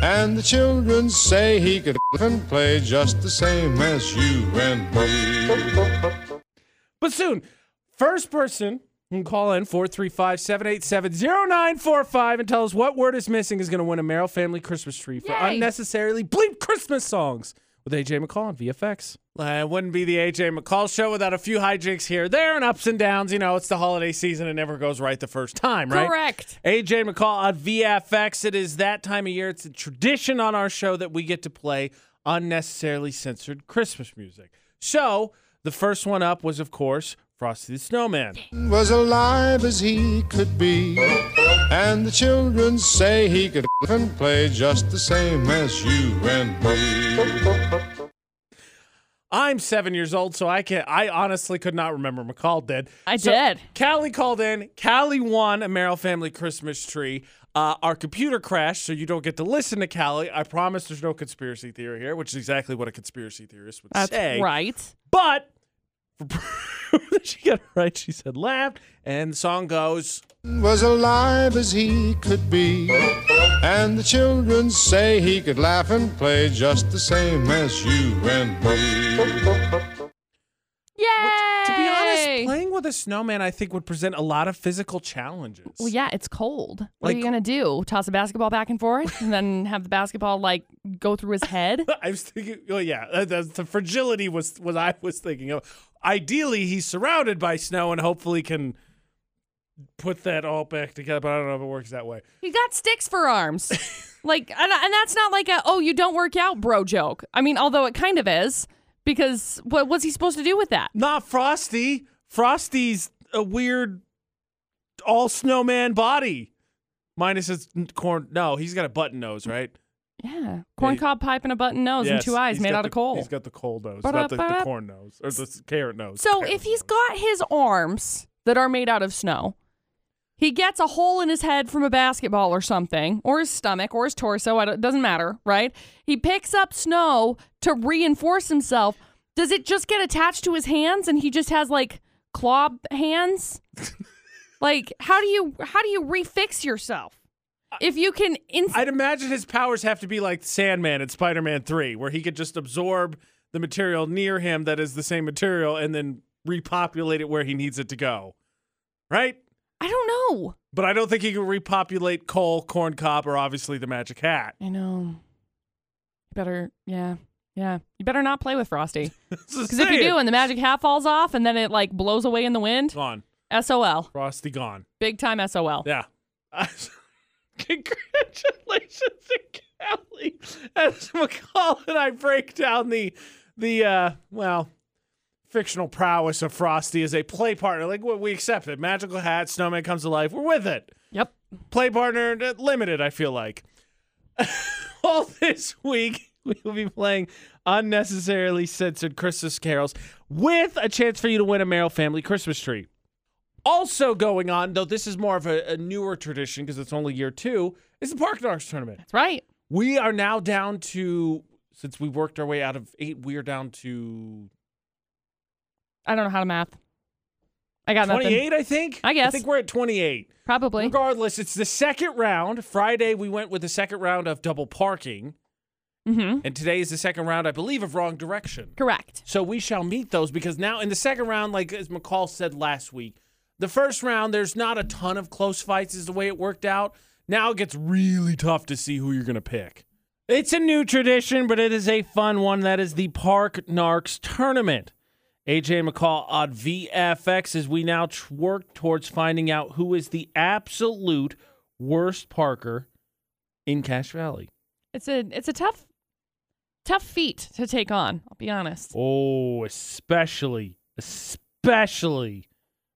[SPEAKER 3] And the children say he could and play just the same as you and me.
[SPEAKER 1] But soon, first person who can call in 435 787 0945 and tell us what word is missing is going to win a Merrill Family Christmas tree for
[SPEAKER 2] Yay.
[SPEAKER 1] unnecessarily bleep Christmas songs with AJ McCall on VFX. Uh, it wouldn't be the AJ McCall show without a few hijinks here, there, and ups and downs. You know, it's the holiday season, it never goes right the first time, right?
[SPEAKER 2] Correct.
[SPEAKER 1] AJ McCall on VFX. It is that time of year. It's a tradition on our show that we get to play unnecessarily censored Christmas music. So the first one up was, of course, Frosty the Snowman.
[SPEAKER 3] Was alive as he could be. And the children say he could and play just the same as you and me.
[SPEAKER 1] I'm seven years old, so I can I honestly could not remember McCall did.
[SPEAKER 2] I
[SPEAKER 1] So
[SPEAKER 2] did.
[SPEAKER 1] Callie called in. Callie won a Merrill Family Christmas tree. Uh, our computer crashed, so you don't get to listen to Callie. I promise there's no conspiracy theory here, which is exactly what a conspiracy theorist would
[SPEAKER 2] That's
[SPEAKER 1] say.
[SPEAKER 2] right.
[SPEAKER 1] But for proof that she got it right, she said laughed, and the song goes.
[SPEAKER 3] was alive as he could be. And the children say he could laugh and play just the same as you and me.
[SPEAKER 2] Yay!
[SPEAKER 1] To be honest, playing with a snowman, I think, would present a lot of physical challenges.
[SPEAKER 2] Well, yeah, it's cold. What
[SPEAKER 1] Like-
[SPEAKER 2] are you gonna do? Toss a basketball back and forth, and then have the basketball like go through his head?
[SPEAKER 1] I was thinking. Well, yeah, uh, the, the fragility was what I was thinking of. Ideally, he's surrounded by snow and hopefully can put that all back together. But I don't know if it works that way.
[SPEAKER 2] He got sticks for arms. like, and, and that's not like a oh you don't work out, bro joke. I mean, although it kind of is because what what's he supposed to do with that?
[SPEAKER 1] Not Frosty. Frosty's a weird all snowman body. Minus his n- corn. No, he's got a button nose, right?
[SPEAKER 2] Yeah, corncob pipe and a button nose and
[SPEAKER 1] Yes,
[SPEAKER 2] two eyes
[SPEAKER 1] he's
[SPEAKER 2] made
[SPEAKER 1] got
[SPEAKER 2] out
[SPEAKER 1] the-
[SPEAKER 2] of coal.
[SPEAKER 1] He's got the coal nose, not the, the
[SPEAKER 2] Ba-da-ba-da.
[SPEAKER 1] corn nose or the s- carrot nose.
[SPEAKER 2] So
[SPEAKER 1] carrot
[SPEAKER 2] if he's
[SPEAKER 1] nose.
[SPEAKER 2] got his arms that are made out of snow, he gets a hole in his head from a basketball or something, or his stomach, or his torso. I don't- It doesn't matter, right? He picks up snow to reinforce himself. Does it just get attached to his hands, and he just has like claw hands? like how do you how do you refix yourself if you can inst-
[SPEAKER 1] I'd imagine his powers have to be like Sandman in Spider-Man Three, where he could just absorb the material near him that is the same material and then repopulate it where he needs it to go, right?
[SPEAKER 2] I don't know.
[SPEAKER 1] But I don't think he can repopulate coal, corn cob, or obviously the magic hat.
[SPEAKER 2] I know. You better, yeah, yeah. You better not play with Frosty. Because if you do, and the magic hat falls off, and then it like blows away in the wind,
[SPEAKER 1] gone,
[SPEAKER 2] SOL,
[SPEAKER 1] Frosty gone.
[SPEAKER 2] big time SOL.
[SPEAKER 1] Yeah. Congratulations to Callie as McCall and I break down the the uh well fictional prowess of Frosty as a play partner. Like what we accept it. Magical hat, snowman comes to life. We're with it.
[SPEAKER 2] Yep.
[SPEAKER 1] Play partner uh, limited, I feel like. All this week we will be playing unnecessarily censored Christmas carols with a chance for you to win a Merrill family Christmas tree. Also going on, though this is more of a, a newer tradition because it's only year two, is the Park Dogs tournament.
[SPEAKER 2] That's right.
[SPEAKER 1] We are now down to, since we worked our way out of eight, we are down to
[SPEAKER 2] I don't know how to math. I got nothing.
[SPEAKER 1] 28, I think?
[SPEAKER 2] I guess.
[SPEAKER 1] I think we're at 28.
[SPEAKER 2] Probably.
[SPEAKER 1] Regardless, it's the second round. Friday, we went with the second round of double parking,
[SPEAKER 2] Mm-hmm.
[SPEAKER 1] and today is the second round, I believe, of wrong direction.
[SPEAKER 2] Correct.
[SPEAKER 1] So we shall meet those because now in the second round, like as McCall said last week, the first round there's not a ton of close fights is the way it worked out. Now it gets really tough to see who you're gonna pick. It's a new tradition, but it is a fun one. That is the Park Narks tournament. AJ McCall on VFX as we now tr- work towards finding out who is the absolute worst Parker in Cash Valley.
[SPEAKER 2] It's a it's a tough tough feat to take on. I'll be honest.
[SPEAKER 1] Oh, especially, especially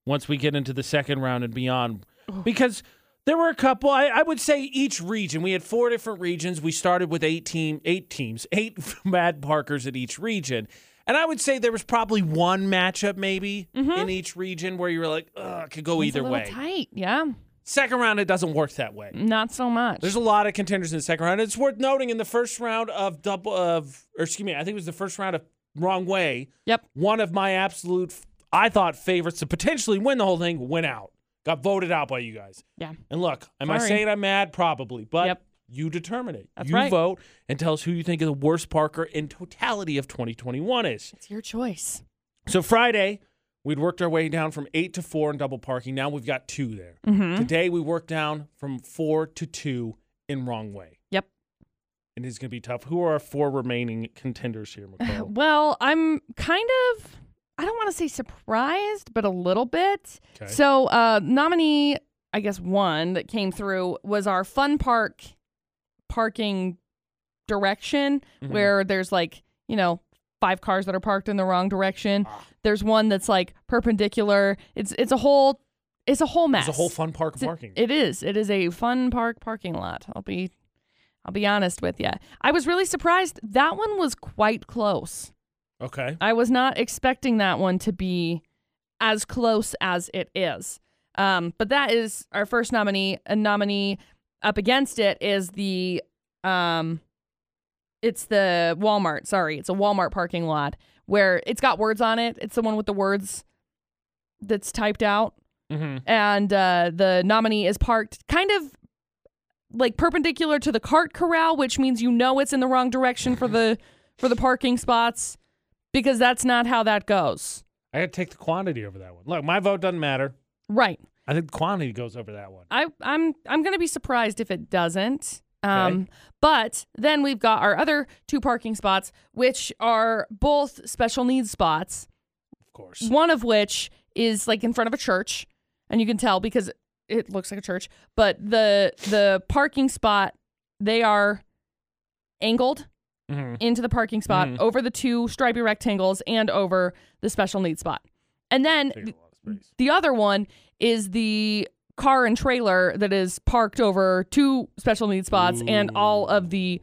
[SPEAKER 1] once we get into the second round and beyond. Because there were a couple, I, I would say each region, we had four different regions. We started with eight, team, eight teams, eight Mad Parkers at each region. And I would say there was probably one matchup maybe in each region where you were like, ugh, it could go
[SPEAKER 2] Mm-hmm. It's a
[SPEAKER 1] either
[SPEAKER 2] little
[SPEAKER 1] way.
[SPEAKER 2] Tight. Yeah.
[SPEAKER 1] Second round, it doesn't work that way.
[SPEAKER 2] Not so much.
[SPEAKER 1] There's a lot of contenders in the second round. It's worth noting in the first round of double of, or excuse me, I think it was the first round of wrong way.
[SPEAKER 2] Yep.
[SPEAKER 1] One of my absolute, f- I thought, favorites to potentially win the whole thing went out. Got voted out by you guys.
[SPEAKER 2] Yeah.
[SPEAKER 1] And look, am I
[SPEAKER 2] Sorry.
[SPEAKER 1] saying I'm mad? Probably. But
[SPEAKER 2] Yep.
[SPEAKER 1] you determine it.
[SPEAKER 2] That's
[SPEAKER 1] you
[SPEAKER 2] right.
[SPEAKER 1] vote and tell us who you think the worst Parker in totality of 2021 is.
[SPEAKER 2] It's your choice.
[SPEAKER 1] So Friday, we'd worked our way down from eight to four in double parking. Now we've got two there.
[SPEAKER 2] Mm-hmm.
[SPEAKER 1] Today we worked down from four to two in wrong way.
[SPEAKER 2] Yep.
[SPEAKER 1] It is going to be tough. Who are our four remaining contenders here, McCall?
[SPEAKER 2] Uh, Well, I'm kind of, I don't want to say surprised, but a little bit.
[SPEAKER 1] Okay.
[SPEAKER 2] So, uh, nominee, I guess one that came through was our fun park parking direction
[SPEAKER 1] Mhm.
[SPEAKER 2] where there's like, you know, five cars that are parked in the wrong direction.
[SPEAKER 1] Ah.
[SPEAKER 2] There's one that's like perpendicular. It's it's a whole it's a whole mess.
[SPEAKER 1] It's a whole fun park of
[SPEAKER 2] It's a-
[SPEAKER 1] parking.
[SPEAKER 2] It is. It is a fun park parking lot. I'll be I'll be honest with you. I was really surprised. That one was quite close.
[SPEAKER 1] okay.
[SPEAKER 2] I was not expecting that one to be as close as it is. Um, but that is our first nominee. A nominee up against it is the um it's the Walmart, sorry. It's a Walmart parking lot where it's got words on it. It's the one with the words that's typed out
[SPEAKER 1] Mm-hmm.
[SPEAKER 2] and uh, the nominee is parked kind of like perpendicular to the cart corral, which means you know it's in the wrong direction for the for the parking spots because that's not how that goes.
[SPEAKER 1] I got to take the quantity over that one. Look, my vote doesn't matter.
[SPEAKER 2] Right.
[SPEAKER 1] I think the quantity goes over that one.
[SPEAKER 2] I I'm I'm gonna be surprised if it doesn't. Um, but then we've got our other two parking spots, which are both special needs spots.
[SPEAKER 1] Of course.
[SPEAKER 2] One of which is like in front of a church, and you can tell because it looks like a church. But the the parking spot they are angled
[SPEAKER 1] Mhm.
[SPEAKER 2] into the parking spot
[SPEAKER 1] Mhm.
[SPEAKER 2] over the two stripy rectangles and over the special needs spot. And then
[SPEAKER 1] Takes a lot of space.
[SPEAKER 2] the other one is the car and trailer that is parked over two special needs spots and all of the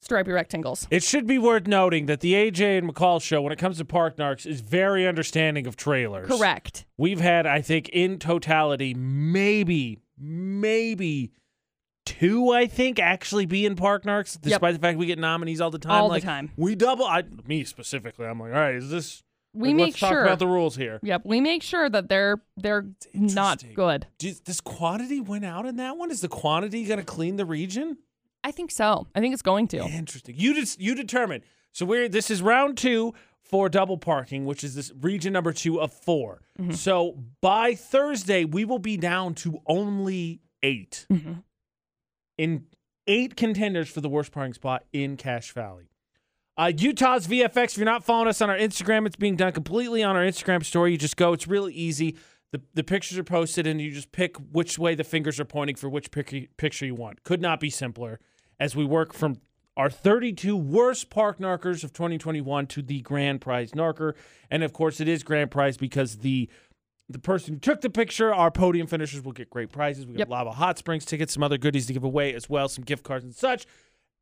[SPEAKER 2] stripy rectangles.
[SPEAKER 1] It should be worth noting that the AJ and McCall show, when it comes to park narcs, is very understanding of trailers.
[SPEAKER 2] Correct.
[SPEAKER 1] We've had, I think, in totality, maybe, maybe two, I think, actually be in Park Narcs, despite the fact we get nominees all the time.
[SPEAKER 2] All the
[SPEAKER 1] like,
[SPEAKER 2] time.
[SPEAKER 1] We double, I, me specifically, I'm like, all right, is this,
[SPEAKER 2] We
[SPEAKER 1] like,
[SPEAKER 2] make
[SPEAKER 1] let's talk
[SPEAKER 2] sure
[SPEAKER 1] about the rules here.
[SPEAKER 2] Yep, we make sure that they're they're not
[SPEAKER 1] interesting.
[SPEAKER 2] good.
[SPEAKER 1] Does, does quantity win out in that one? Is the quantity going to clean the region?
[SPEAKER 2] I think so. I think it's going to.
[SPEAKER 1] Interesting. You just you determine. So we're this is round two for double parking, which is this region number two of 4 So by Thursday, we will be down to only 8
[SPEAKER 2] Mhm.
[SPEAKER 1] in eight contenders for the worst parking spot in Cache Valley. Uh, Utah's VFX. If you're not following us on our Instagram, it's being done completely on our Instagram story. You just go. It's really easy. The, the pictures are posted, and you just pick which way the fingers are pointing for which pic- picture you want. Could not be simpler. As we work from our 32 worst park narkers of 2021 to the grand prize narker, and of course, it is grand prize because the the person who took the picture, our podium finishers will get great prizes. We got
[SPEAKER 2] Yep.
[SPEAKER 1] lava hot springs tickets, some other goodies to give away as well, some gift cards and such.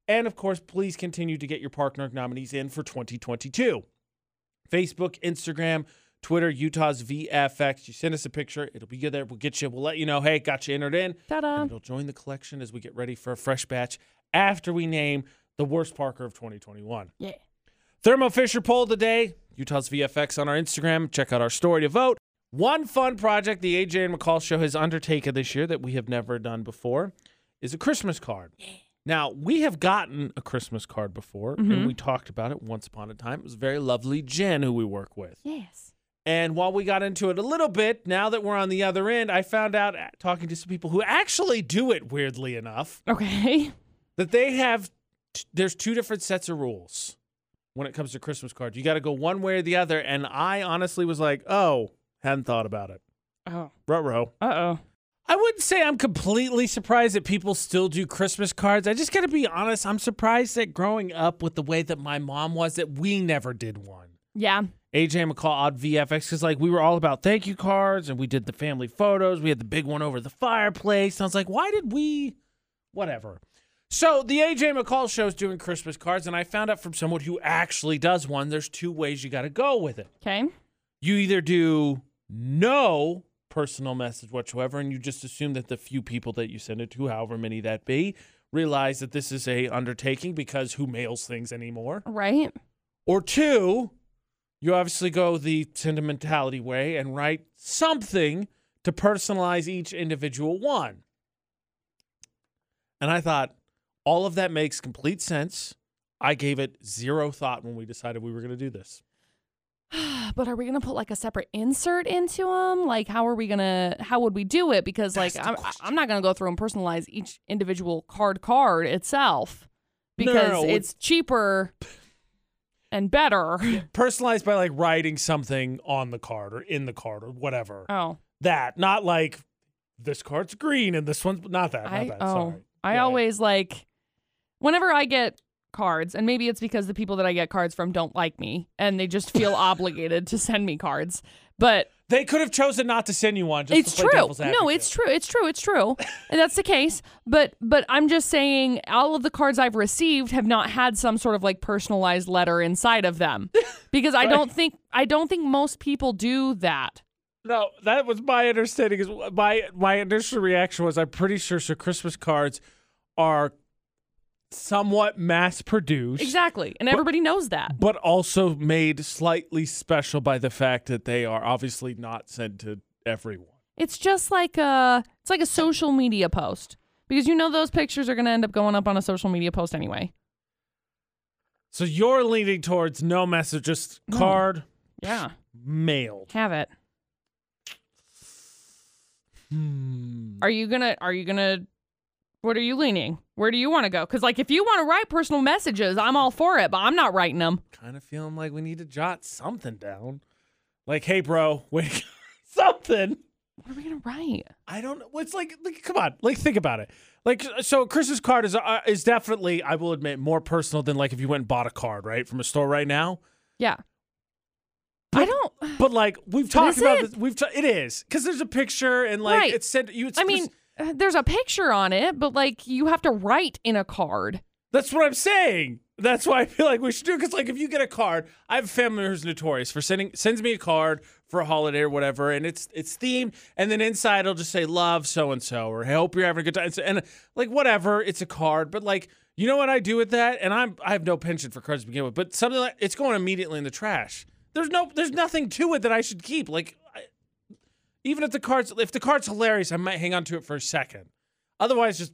[SPEAKER 1] And of course, please continue to get your Park Narc nominees in for 2022. Facebook, Instagram, Twitter, Utah's VFX. You send us a picture, it'll be good there. We'll get you. We'll let you know. Hey, got you entered in.
[SPEAKER 2] Ta-da.
[SPEAKER 1] And it'll join the collection as we get ready for a fresh batch after we name the worst Parker of 2021.
[SPEAKER 2] Yeah.
[SPEAKER 1] Thermo Fisher poll today. Utah's VFX on our Instagram. Check out our story to vote. One fun project the AJ and McCall show has undertaken this year that we have never done before is a Christmas card. Now, we have gotten a Christmas card before, and we talked about it once upon a time. It was very lovely Jen who we work with.
[SPEAKER 2] Yes.
[SPEAKER 1] And while we got into it a little bit, now that we're on the other end, I found out uh, talking to some people who actually do it weirdly enough
[SPEAKER 2] Okay.
[SPEAKER 1] that they have t- there's two different sets of rules when it comes to Christmas cards. You got to go one way or the other, and I honestly was like, "Oh, hadn't thought about it."
[SPEAKER 2] Oh.
[SPEAKER 1] Ruh-roh.
[SPEAKER 2] Uh oh.
[SPEAKER 1] I wouldn't say I'm completely surprised that people still do Christmas cards. I just got to be honest, I'm surprised that growing up with the way that my mom was that we never did one.
[SPEAKER 2] Yeah.
[SPEAKER 1] AJ McCall odd VFX because like we were all about thank you cards and we did the family photos. We had the big one over the fireplace. And I was like, why did we? Whatever. So the AJ McCall show is doing Christmas cards, and I found out from someone who actually does one. There's two ways you got to go with it.
[SPEAKER 2] Okay.
[SPEAKER 1] You either do no personal message whatsoever, and you just assume that the few people that you send it to, however many that be, realize that this is a undertaking because who mails things anymore
[SPEAKER 2] Right.
[SPEAKER 1] or two, you obviously go the sentimentality way and write something to personalize each individual one. And I thought, all of that makes complete sense. I gave it zero thought when we decided we were going to do this.
[SPEAKER 2] but are we gonna put like a separate insert into them? Like, how are we gonna? How would we do it? Because like,
[SPEAKER 1] That's the
[SPEAKER 2] I'm
[SPEAKER 1] question.
[SPEAKER 2] I'm not gonna go through and personalize each individual card card itself
[SPEAKER 1] No, no,
[SPEAKER 2] because
[SPEAKER 1] no, we-
[SPEAKER 2] it's cheaper and better.
[SPEAKER 1] Personalized by like writing something on the card or in the card or whatever.
[SPEAKER 2] Oh,
[SPEAKER 1] that, not like this card's green and this one's not that. Not
[SPEAKER 2] I
[SPEAKER 1] that.
[SPEAKER 2] oh
[SPEAKER 1] Sorry.
[SPEAKER 2] I
[SPEAKER 1] Yeah,
[SPEAKER 2] always like whenever I get cards, and maybe it's because the people that I get cards from don't like me and they just feel obligated to send me cards, but.
[SPEAKER 1] They could have chosen not to send you one. Just
[SPEAKER 2] it's
[SPEAKER 1] to play
[SPEAKER 2] true.
[SPEAKER 1] devil's
[SPEAKER 2] No,
[SPEAKER 1] advocate.
[SPEAKER 2] it's true. It's true. It's true. And that's the case. But but I'm just saying all of the cards I've received have not had some sort of like personalized letter inside of them. Because I don't think I don't think most people do that.
[SPEAKER 1] No, that was my understanding. Is my my initial reaction was I'm pretty sure so Christmas cards are somewhat mass produced,
[SPEAKER 2] Exactly. And everybody knows that.
[SPEAKER 1] but also made slightly special by the fact that they are obviously not sent to everyone.
[SPEAKER 2] It's just like a it's like a social media post. Because you know those pictures are gonna end up going up on a social media post anyway.
[SPEAKER 1] So you're leaning towards no message, just
[SPEAKER 2] No.
[SPEAKER 1] card
[SPEAKER 2] Yeah.
[SPEAKER 1] mailed.
[SPEAKER 2] Have it.
[SPEAKER 1] Hmm.
[SPEAKER 2] Are you gonna? Are you gonna? What are you leaning? Where do you want to go? Because like, if you want to write personal messages, I'm all for it, but I'm not writing them.
[SPEAKER 1] Kind of feeling like we need to jot something down. Like, hey, bro, wake something.
[SPEAKER 2] What are we gonna write?
[SPEAKER 1] I don't know. It's like, like, come on, like, think about it. Like, so Christmas card is uh, is definitely, I will admit, more personal than like if you went and bought a card right from a store right now.
[SPEAKER 2] Yeah. I don't.
[SPEAKER 1] But like we've talked
[SPEAKER 2] is
[SPEAKER 1] about,
[SPEAKER 2] it?
[SPEAKER 1] this, we've ta- it is because there's a picture and like
[SPEAKER 2] Right.
[SPEAKER 1] it's said you. It's,
[SPEAKER 2] I mean, uh, there's a picture on it, but like, you have to write in a card.
[SPEAKER 1] that's what I'm saying. That's why I feel like we should do because like if you get a card, I have a family member who's notorious for sending sends me a card for a holiday or whatever, and it's it's themed, and then inside it'll just say love so and so or "Hey, hope you're having a good time, and like whatever, it's a card, but like you know what I do with that, and I'm I have no penchant for cards to begin with, but something like it's going immediately in the trash. There's no there's nothing to it that I should keep. Like I, even if the cards if the card's hilarious, I might hang on to it for a second. Otherwise, just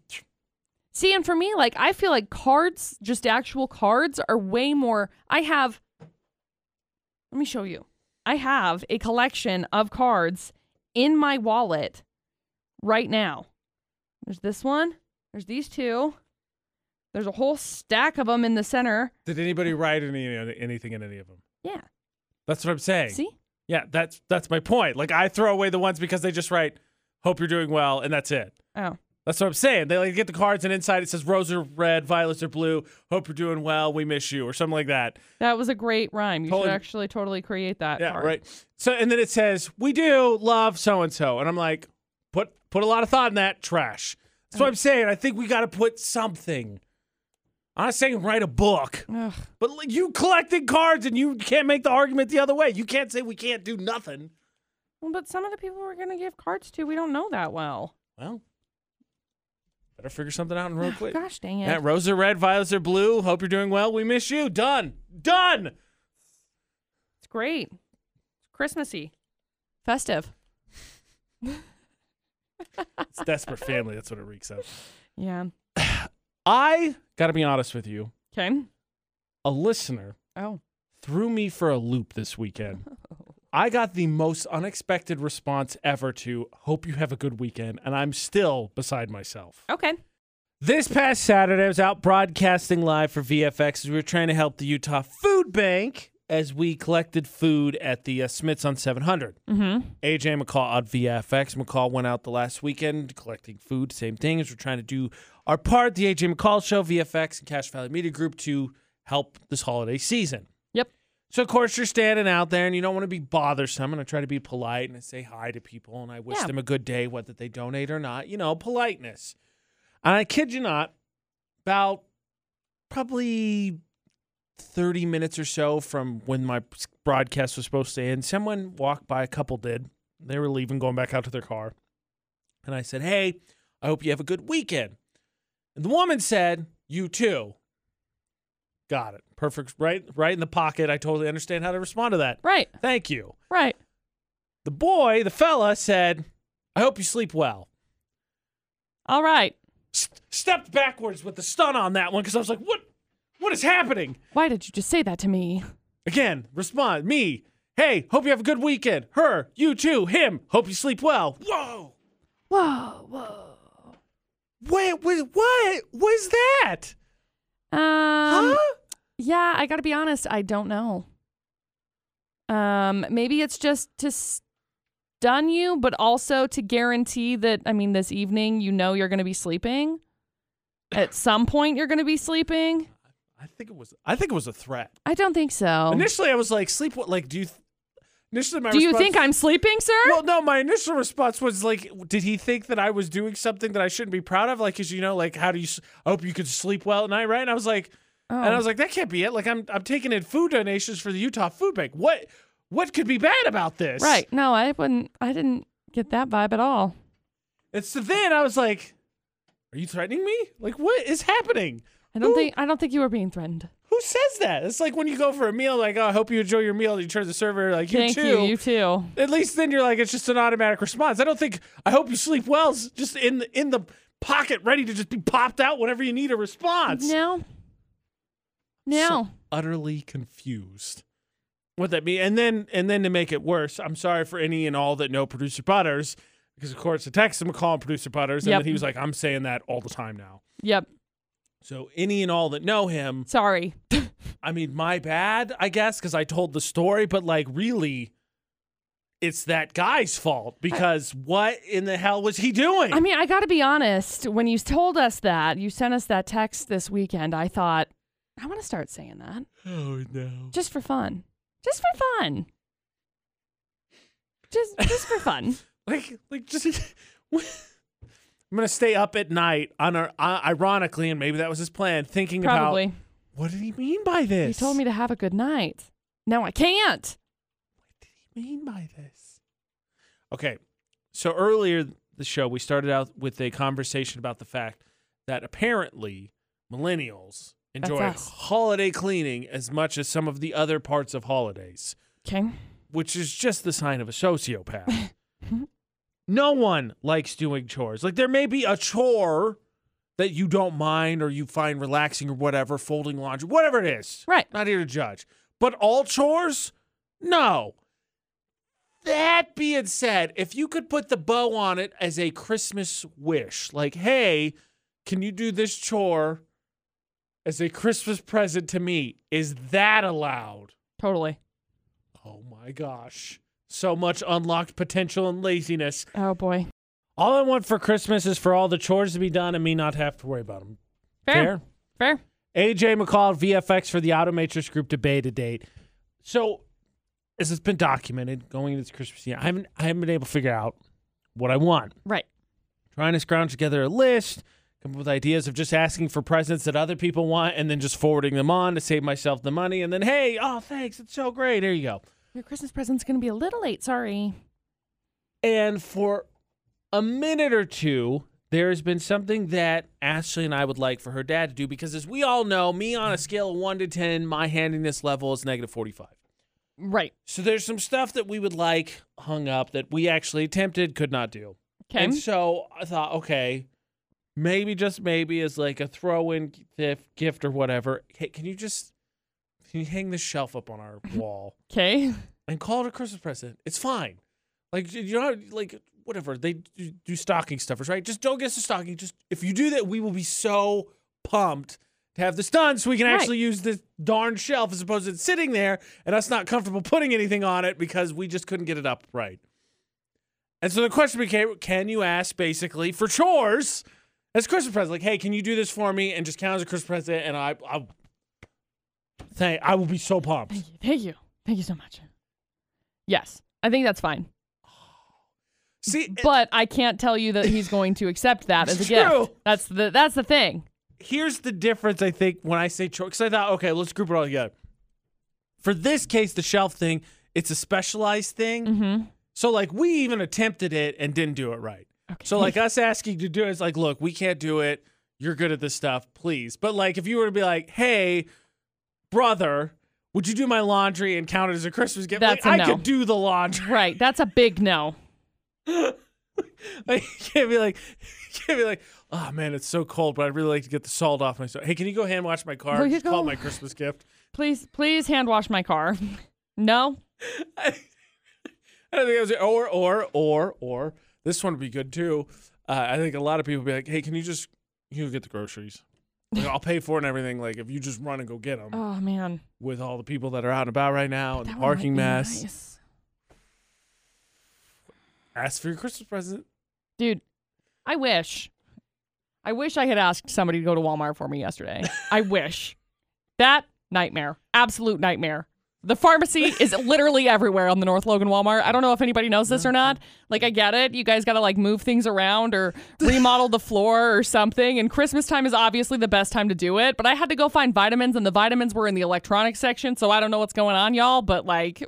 [SPEAKER 2] See, and for me, like, I feel like cards, just actual cards, are way more. I have. Let me show you. I have a collection of cards in my wallet right now. There's this one. There's these two. There's a whole stack of them in the center.
[SPEAKER 1] did
[SPEAKER 2] Mm.
[SPEAKER 1] anybody write any uh, anything in any of them?
[SPEAKER 2] Yeah.
[SPEAKER 1] That's what I'm saying.
[SPEAKER 2] See?
[SPEAKER 1] Yeah, that's that's my point. Like I throw away the ones because they just write "Hope you're doing well" and that's it.
[SPEAKER 2] Oh.
[SPEAKER 1] That's what I'm saying. They like get the cards and inside it says "Roses are red, violets are blue. Hope you're doing well. We miss you" or something like that.
[SPEAKER 2] That was a great rhyme. You
[SPEAKER 1] Totally-
[SPEAKER 2] should actually totally create that.
[SPEAKER 1] Yeah,
[SPEAKER 2] card.
[SPEAKER 1] right. So and then it says "We do love so and so," and I'm like, put put a lot of thought in that trash. That's what I'm saying. I think we got to put something. I'm not saying write a book,
[SPEAKER 2] Ugh.
[SPEAKER 1] but like, you collecting cards and you can't make the argument the other way. You can't say we can't do nothing.
[SPEAKER 2] Well, But some of the people we're going to give cards to, we don't know that well.
[SPEAKER 1] Well, better figure something out in real quick.
[SPEAKER 2] Gosh dang it.
[SPEAKER 1] Yeah, roses are red, violets are blue. Hope you're doing well. We miss you. Done. Done.
[SPEAKER 2] It's great. It's Christmassy. Festive.
[SPEAKER 1] It's desperate family. That's what it reeks of.
[SPEAKER 2] Yeah.
[SPEAKER 1] I got to be honest with you.
[SPEAKER 2] Okay.
[SPEAKER 1] A listener
[SPEAKER 2] Oh.
[SPEAKER 1] threw me for a loop this weekend. I got the most unexpected response ever to hope you have a good weekend, and I'm still beside myself.
[SPEAKER 2] Okay.
[SPEAKER 1] This past Saturday, I was out broadcasting live for VFX as we were trying to help the Utah Food Bank as we collected food at the uh, Smiths on 700.
[SPEAKER 2] Mm-hmm.
[SPEAKER 1] AJ McCall on VFX. McCall went out the last weekend collecting food, same thing as we're trying to do our part, the AJ McCall Show, VFX, and Cash Valley Media Group to help this holiday season.
[SPEAKER 2] Yep.
[SPEAKER 1] So, of course, you're standing out there and you don't want to be bothersome. And I try to be polite and I say hi to people and I wish
[SPEAKER 2] Yeah.
[SPEAKER 1] them a good day, whether they donate or not. You know, politeness. And I kid you not, about probably 30 minutes or so from when my broadcast was supposed to end, someone walked by, a couple did. They were leaving, going back out to their car. And I said, Hey, I hope you have a good weekend. And the woman said, You too. Got it. Perfect. Right, right in the pocket. I totally understand how to respond to that.
[SPEAKER 2] Right.
[SPEAKER 1] Thank you.
[SPEAKER 2] Right.
[SPEAKER 1] The boy, the fella, said, "I hope you sleep well."
[SPEAKER 2] All right.
[SPEAKER 1] S- stepped backwards with the stun on that one because I was like, "What? What is happening?"
[SPEAKER 2] Why did you just say that to me?
[SPEAKER 1] Again, respond me. Hey, hope you have a good weekend. Her, you too. Him, hope you sleep well. Whoa.
[SPEAKER 2] Whoa, whoa.
[SPEAKER 1] Wait, wait what was that?
[SPEAKER 2] Um,
[SPEAKER 1] huh?
[SPEAKER 2] Yeah, I got to be honest. I don't know. Um, maybe it's just to stun you, but also to guarantee that, I mean, this evening, you know, you're going to be sleeping. At some point, you're going to be sleeping.
[SPEAKER 1] I think it was. I think it was a threat.
[SPEAKER 2] I don't think so.
[SPEAKER 1] Initially, I was like, "Sleep what? Like, do you?" Th- initially, my
[SPEAKER 2] Oh. Do you
[SPEAKER 1] response-
[SPEAKER 2] think I'm sleeping, sir?
[SPEAKER 1] Well, no. My initial response was like, "Did he think that I was doing something that I shouldn't be proud of?" Like, 'cause you know, like, how do you? s- I hope you could sleep well at night, right? And I was like,
[SPEAKER 2] Oh.
[SPEAKER 1] and I was like, that can't be it. Like, I'm I'm taking in food donations for the Utah Food Bank. What what could be bad about this?
[SPEAKER 2] right. No, I wouldn't. I didn't get that vibe at all.
[SPEAKER 1] And so then I was like, "Are you threatening me? Like, what is happening?"
[SPEAKER 2] I don't
[SPEAKER 1] Who-
[SPEAKER 2] think. I don't think you were being threatened.
[SPEAKER 1] Who says that? It's like when you go for a meal, like, "Oh, I hope you enjoy your meal." And you turn to the server, like, "You
[SPEAKER 2] Thank
[SPEAKER 1] too."
[SPEAKER 2] you. You too.
[SPEAKER 1] at least then you're like it's just an automatic response. I don't think I hope you sleep well s- just in the, in the pocket ready to just be popped out whenever you need a response.
[SPEAKER 2] No. No.
[SPEAKER 1] So utterly confused. What that mean? And then and then to make it worse, I'm sorry for any and all that know producer Butters because of course I texted him calling producer Butters and
[SPEAKER 2] Yep.
[SPEAKER 1] then he was like I'm saying that all the time now.
[SPEAKER 2] yep.
[SPEAKER 1] So any and all that know him,
[SPEAKER 2] Sorry.
[SPEAKER 1] I mean my bad, I guess cuz I told the story but like really it's that guy's fault because what in the hell was he doing?
[SPEAKER 2] I mean, I got to be honest. When you told us that, you sent us that text this weekend, I thought, I want to start saying that
[SPEAKER 1] Oh no.
[SPEAKER 2] just for fun. Just for fun. Just, just for fun.
[SPEAKER 1] Like like just I'm gonna stay up at night on our uh, ironically, and maybe that was his plan, thinking
[SPEAKER 2] Probably.
[SPEAKER 1] about what did he mean by
[SPEAKER 2] You
[SPEAKER 1] this?
[SPEAKER 2] told me to have a good night. No, I can't.
[SPEAKER 1] what did he mean by this? Okay. So earlier the show we started out with a conversation about the fact that apparently millennials enjoy
[SPEAKER 2] us.
[SPEAKER 1] holiday cleaning as much as some of the other parts of holidays.
[SPEAKER 2] Okay.
[SPEAKER 1] which is just the sign of a sociopath. no one likes doing chores. Like there may be a chore that you don't mind or you find relaxing or whatever, folding laundry, whatever it is.
[SPEAKER 2] Right.
[SPEAKER 1] Not here to judge. But all chores? No. That being said, if you could put the bow on it as a Christmas wish, like, hey, can you do this chore as a Christmas present to me? Is that allowed?
[SPEAKER 2] Totally.
[SPEAKER 1] Oh my gosh. So much unlocked potential and laziness.
[SPEAKER 2] Oh, boy.
[SPEAKER 1] All I want for Christmas is for all the chores to be done and me not have to worry about them.
[SPEAKER 2] Fair. Fair.
[SPEAKER 1] AJ McCall at VFX for the Automatrix Group debate to date. So, as it's been documented, going into this Christmas season, I haven't, I haven't been able to figure out what I want.
[SPEAKER 2] Right.
[SPEAKER 1] Trying to scrounge together a list, come up with ideas of just asking for presents that other people want and then just forwarding them on to save myself the money. And then, hey, oh, thanks. It's so great. Here you go.
[SPEAKER 2] Your Christmas present's going to be a little late. Sorry.
[SPEAKER 1] And for a minute or two, there has been something that Ashley and I would like for her dad to do because, as we all know, me on a scale of one to 10, my handiness level is negative 45.
[SPEAKER 2] Right.
[SPEAKER 1] So there's some stuff that we would like hung up that we actually attempted, could not do.
[SPEAKER 2] Okay.
[SPEAKER 1] And so I thought, okay, maybe just maybe as like a throw in gift, gift or whatever. Hey, can you just can you hang this shelf up on our wall?
[SPEAKER 2] Okay.
[SPEAKER 1] and call it a Christmas present. It's fine. Like you know, like whatever they do, do stocking stuffers, right? Just don't get us a stocking. Just if you do that, we will be so pumped to have this done, so we can
[SPEAKER 2] Right.
[SPEAKER 1] actually use this darn shelf as opposed to it sitting there and us not comfortable putting anything on it because we just couldn't get it up right. And so the question became, can you ask basically for chores as Christmas present? Like, hey, can you do this for me and just count as a Christmas present? And I, I, thank, I will be so pumped.
[SPEAKER 2] Thank you. Thank you. Thank you so much. Yes. I think that's fine.
[SPEAKER 1] See, it-
[SPEAKER 2] but I can't tell you that he's going to accept that as a
[SPEAKER 1] True.
[SPEAKER 2] gift. That's the that's the thing.
[SPEAKER 1] here's the difference I think when I say chore because I thought okay let's group it all together. For this case, the shelf thing, it's a specialized thing.
[SPEAKER 2] Mm-hmm.
[SPEAKER 1] So like we even attempted it and didn't do it right.
[SPEAKER 2] Okay.
[SPEAKER 1] So like us asking to do it, it's like look we can't do it. You're good at this stuff, please. But like if you were to be like hey, brother, would you do my laundry and count it as a Christmas gift?
[SPEAKER 2] That's
[SPEAKER 1] like,
[SPEAKER 2] a
[SPEAKER 1] I
[SPEAKER 2] no.
[SPEAKER 1] could do the laundry.
[SPEAKER 2] Right. That's a big no.
[SPEAKER 1] Like, you can't be like, you can't be like, oh man, it's so cold, but I'd really like to get the salt off my stove. Hey, can you go hand wash my car?
[SPEAKER 2] There you
[SPEAKER 1] Just call it
[SPEAKER 2] go.
[SPEAKER 1] my Christmas gift.
[SPEAKER 2] Please, please hand wash my car. no.
[SPEAKER 1] I don't think I was or or or or this one would be good too. Uh, I think a lot of people would be like, hey, can you just you get the groceries? Like, I'll pay for it and everything. Like if you just run and go get them
[SPEAKER 2] Oh man.
[SPEAKER 1] with all the people that are out and about right now and
[SPEAKER 2] That
[SPEAKER 1] the
[SPEAKER 2] one
[SPEAKER 1] parking
[SPEAKER 2] might be
[SPEAKER 1] mess.
[SPEAKER 2] nice.
[SPEAKER 1] Ask for your Christmas present.
[SPEAKER 2] Dude, I wish. I wish I had asked somebody to go to Walmart for me yesterday. I wish. That nightmare. Absolute nightmare. The pharmacy is literally everywhere on the North Logan Walmart. I don't know if anybody knows this or not. Like I get it. You guys got to like move things around or remodel the floor or something. And Christmas time is obviously the best time to do it, but I had to go find vitamins and the vitamins were in the electronics section, so I don't know what's going on y'all, but like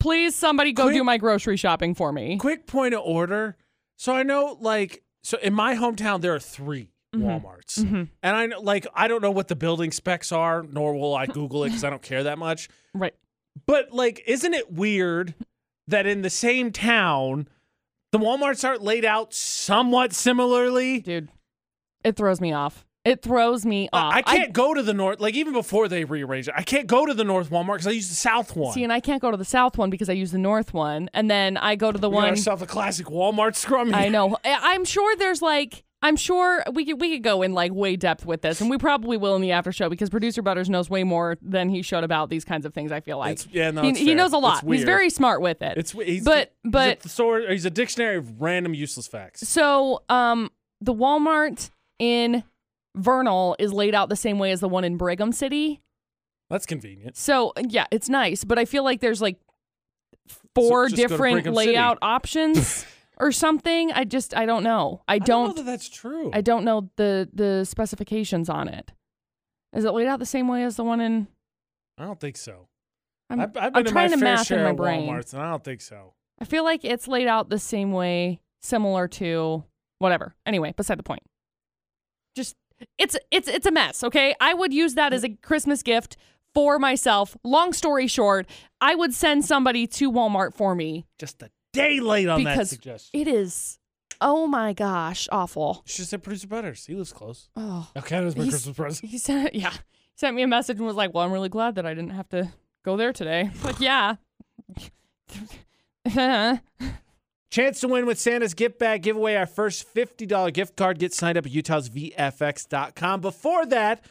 [SPEAKER 2] please somebody go
[SPEAKER 1] Quick-
[SPEAKER 2] do my grocery shopping for me.
[SPEAKER 1] Quick point of order. So I know like so in my hometown there are 3
[SPEAKER 2] Mm-hmm.
[SPEAKER 1] Walmarts. And I know like I don't know what the building specs are, nor will I Google it because I don't care that much.
[SPEAKER 2] Right.
[SPEAKER 1] But like, isn't it weird that in the same town, the WalMarts aren't laid out somewhat similarly?
[SPEAKER 2] dude it throws me off it throws me off
[SPEAKER 1] I can't go to the north. Like even before they rearranged it, I can't go to the north Walmart because I use the south one.
[SPEAKER 2] see and i can't go to the south one because i use the north one and then i go to the
[SPEAKER 1] we got
[SPEAKER 2] one
[SPEAKER 1] ourselves a classic Walmart scrum.
[SPEAKER 2] i
[SPEAKER 1] here.
[SPEAKER 2] know I- i'm sure there's like i'm sure we could we could go in like way depth with this and we probably will in the after show because producer butters knows way more than he should about these kinds of things i feel like
[SPEAKER 1] It's- yeah, no,
[SPEAKER 2] he,
[SPEAKER 1] it's
[SPEAKER 2] he
[SPEAKER 1] fair.
[SPEAKER 2] knows a
[SPEAKER 1] It's
[SPEAKER 2] lot he's
[SPEAKER 1] weird.
[SPEAKER 2] very smart with it
[SPEAKER 1] It's he's,
[SPEAKER 2] but
[SPEAKER 1] he's
[SPEAKER 2] but
[SPEAKER 1] a thesaur- he's a dictionary of random useless facts.
[SPEAKER 2] So, um, the Walmart in Vernal is laid out the same way as the one in Brigham City.
[SPEAKER 1] That's convenient.
[SPEAKER 2] So, uh, yeah, it's nice, but I feel like there's like four
[SPEAKER 1] just go to
[SPEAKER 2] different
[SPEAKER 1] Brigham City.
[SPEAKER 2] layout options or something. I just I don't know. I
[SPEAKER 1] I
[SPEAKER 2] don't
[SPEAKER 1] know that that's true.
[SPEAKER 2] I don't know the the specifications on it. Is it laid out the same way as the one in
[SPEAKER 1] I don't think so.
[SPEAKER 2] I'm,
[SPEAKER 1] I've, I've
[SPEAKER 2] am
[SPEAKER 1] been in
[SPEAKER 2] trying
[SPEAKER 1] my
[SPEAKER 2] to
[SPEAKER 1] fair
[SPEAKER 2] math
[SPEAKER 1] share
[SPEAKER 2] in my
[SPEAKER 1] of
[SPEAKER 2] brain.
[SPEAKER 1] WalMarts, and I don't think so.
[SPEAKER 2] I feel like it's laid out the same way, similar to whatever. Anyway, beside the point. Just it's it's it's a mess, okay? I would use that as a Christmas gift for myself. Long story short, I would send somebody to Walmart for me
[SPEAKER 1] Just a day late on that
[SPEAKER 2] because
[SPEAKER 1] suggestion.
[SPEAKER 2] it is oh my gosh, awful.
[SPEAKER 1] She said producer Butters. He lives close.
[SPEAKER 2] Oh.
[SPEAKER 1] Okay, that was my
[SPEAKER 2] He's-
[SPEAKER 1] Christmas present.
[SPEAKER 2] He sent yeah. He sent me a message and was like, "Well, I'm really glad that I didn't have to go there today." Like, yeah.
[SPEAKER 1] Chance to win with Santa's Gift Bag giveaway. Our first $50 gift card. Get signed up at utahsvfx.com. Before that,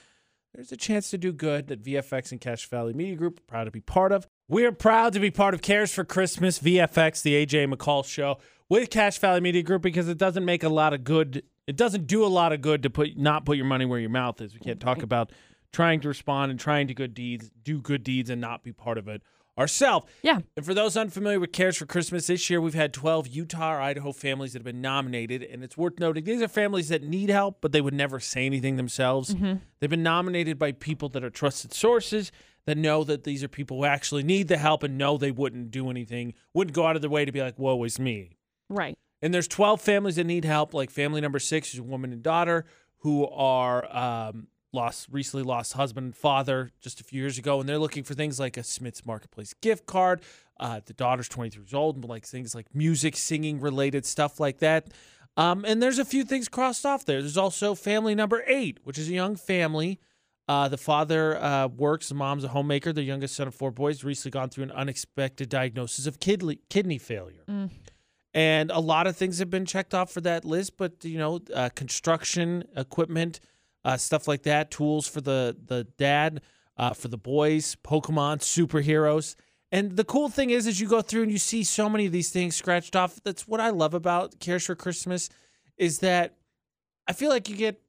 [SPEAKER 1] there's a chance to do good that VFX and Cash Valley Media Group are proud to be part of. We're proud to be part of Cares for Christmas, VFX, the AJ McCall show with Cash Valley Media Group because it doesn't make a lot of good. It doesn't do a lot of good to put not put your money where your mouth is. We can't talk about trying to respond and trying to good deeds, do good deeds and not be part of it ourselves.
[SPEAKER 2] yeah.
[SPEAKER 1] And for those unfamiliar with Cares for Christmas, this year we've had 12 Utah or Idaho families that have been nominated. And it's worth noting these are families that need help, but they would never say anything themselves. They've been nominated by people that are trusted sources that know that these are people who actually need the help and know they wouldn't do anything, wouldn't go out of their way to be like, woe is me.
[SPEAKER 2] Right.
[SPEAKER 1] And there's 12 families that need help, like family number six is a woman and daughter who are um, lost recently lost husband and father just a few years ago, and they're looking for things like a Smith's Marketplace gift card. Uh, the daughter's 23 years old, and like things like music, singing related stuff like that. Um, and there's a few things crossed off there. There's also family number eight, which is a young family. Uh, the father uh, works, the mom's a homemaker. Their youngest son of four boys recently gone through an unexpected diagnosis of kidney kidney failure and a lot of things have been checked off for that list but you know uh, construction equipment uh, stuff like that tools for the the dad uh, for the boys pokemon superheroes and the cool thing is as you go through and you see so many of these things scratched off that's what i love about cares for christmas is that i feel like you get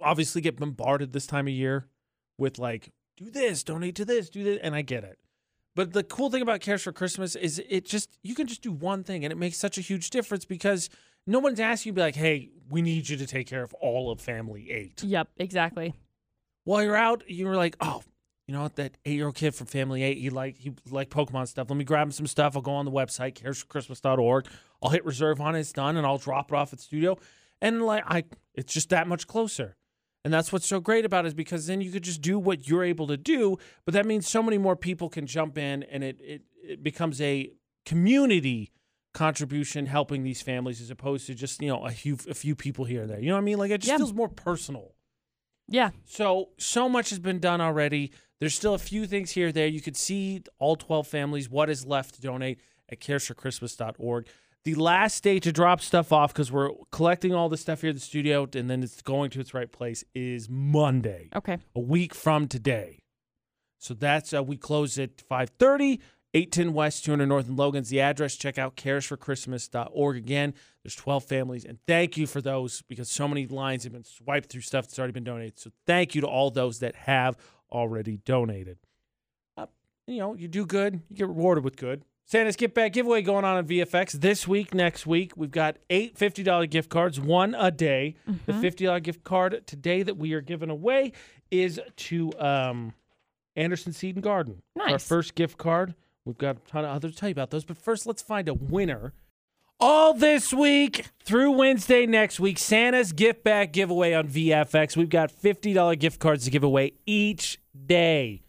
[SPEAKER 1] obviously get bombarded this time of year with like do this donate to this do this and i get it but the cool thing about Cares for Christmas is it just you can just do one thing and it makes such a huge difference because no one's asking you to be like, hey, we need you to take care of all of family eight.
[SPEAKER 2] Yep, exactly.
[SPEAKER 1] While you're out, you're like, oh, you know what, that eight year old kid from family eight, he like he like Pokemon stuff. Let me grab him some stuff. I'll go on the website, caresforchristmas.org. I'll hit reserve on it, it's done, and I'll drop it off at the studio. And like I it's just that much closer. And that's what's so great about it is because then you could just do what you're able to do, but that means so many more people can jump in and it it, it becomes a community contribution helping these families as opposed to just, you know, a few a few people here and there. You know what I mean? Like it just
[SPEAKER 2] Yeah.
[SPEAKER 1] feels more personal.
[SPEAKER 2] Yeah.
[SPEAKER 1] So so much has been done already. There's still a few things here or there. You could see all 12 families what is left to donate at caresforchristmas.org. The last day to drop stuff off because we're collecting all the stuff here at the studio and then it's going to its right place is Monday,
[SPEAKER 2] Okay.
[SPEAKER 1] a week from today. So that's uh, we close at 5:30. 810 West, 200 North and Logan's the address. Check out caresforchristmas.org again. There's 12 families, and thank you for those because so many lines have been swiped through stuff that's already been donated. So thank you to all those that have already donated. Uh, you know, you do good, you get rewarded with good. Santa's Get Back giveaway going on at VFX this week, next week. We've got eight $50 gift cards, one a day. The $50 gift card today that we are giving away is to um, Anderson Seed and Garden. Our
[SPEAKER 2] Nice.
[SPEAKER 1] first gift card. We've got a ton of others to tell you about those, but first let's find a winner. All this week through Wednesday next week, Santa's gift back giveaway on VFX. We've got $50 gift cards to give away each day.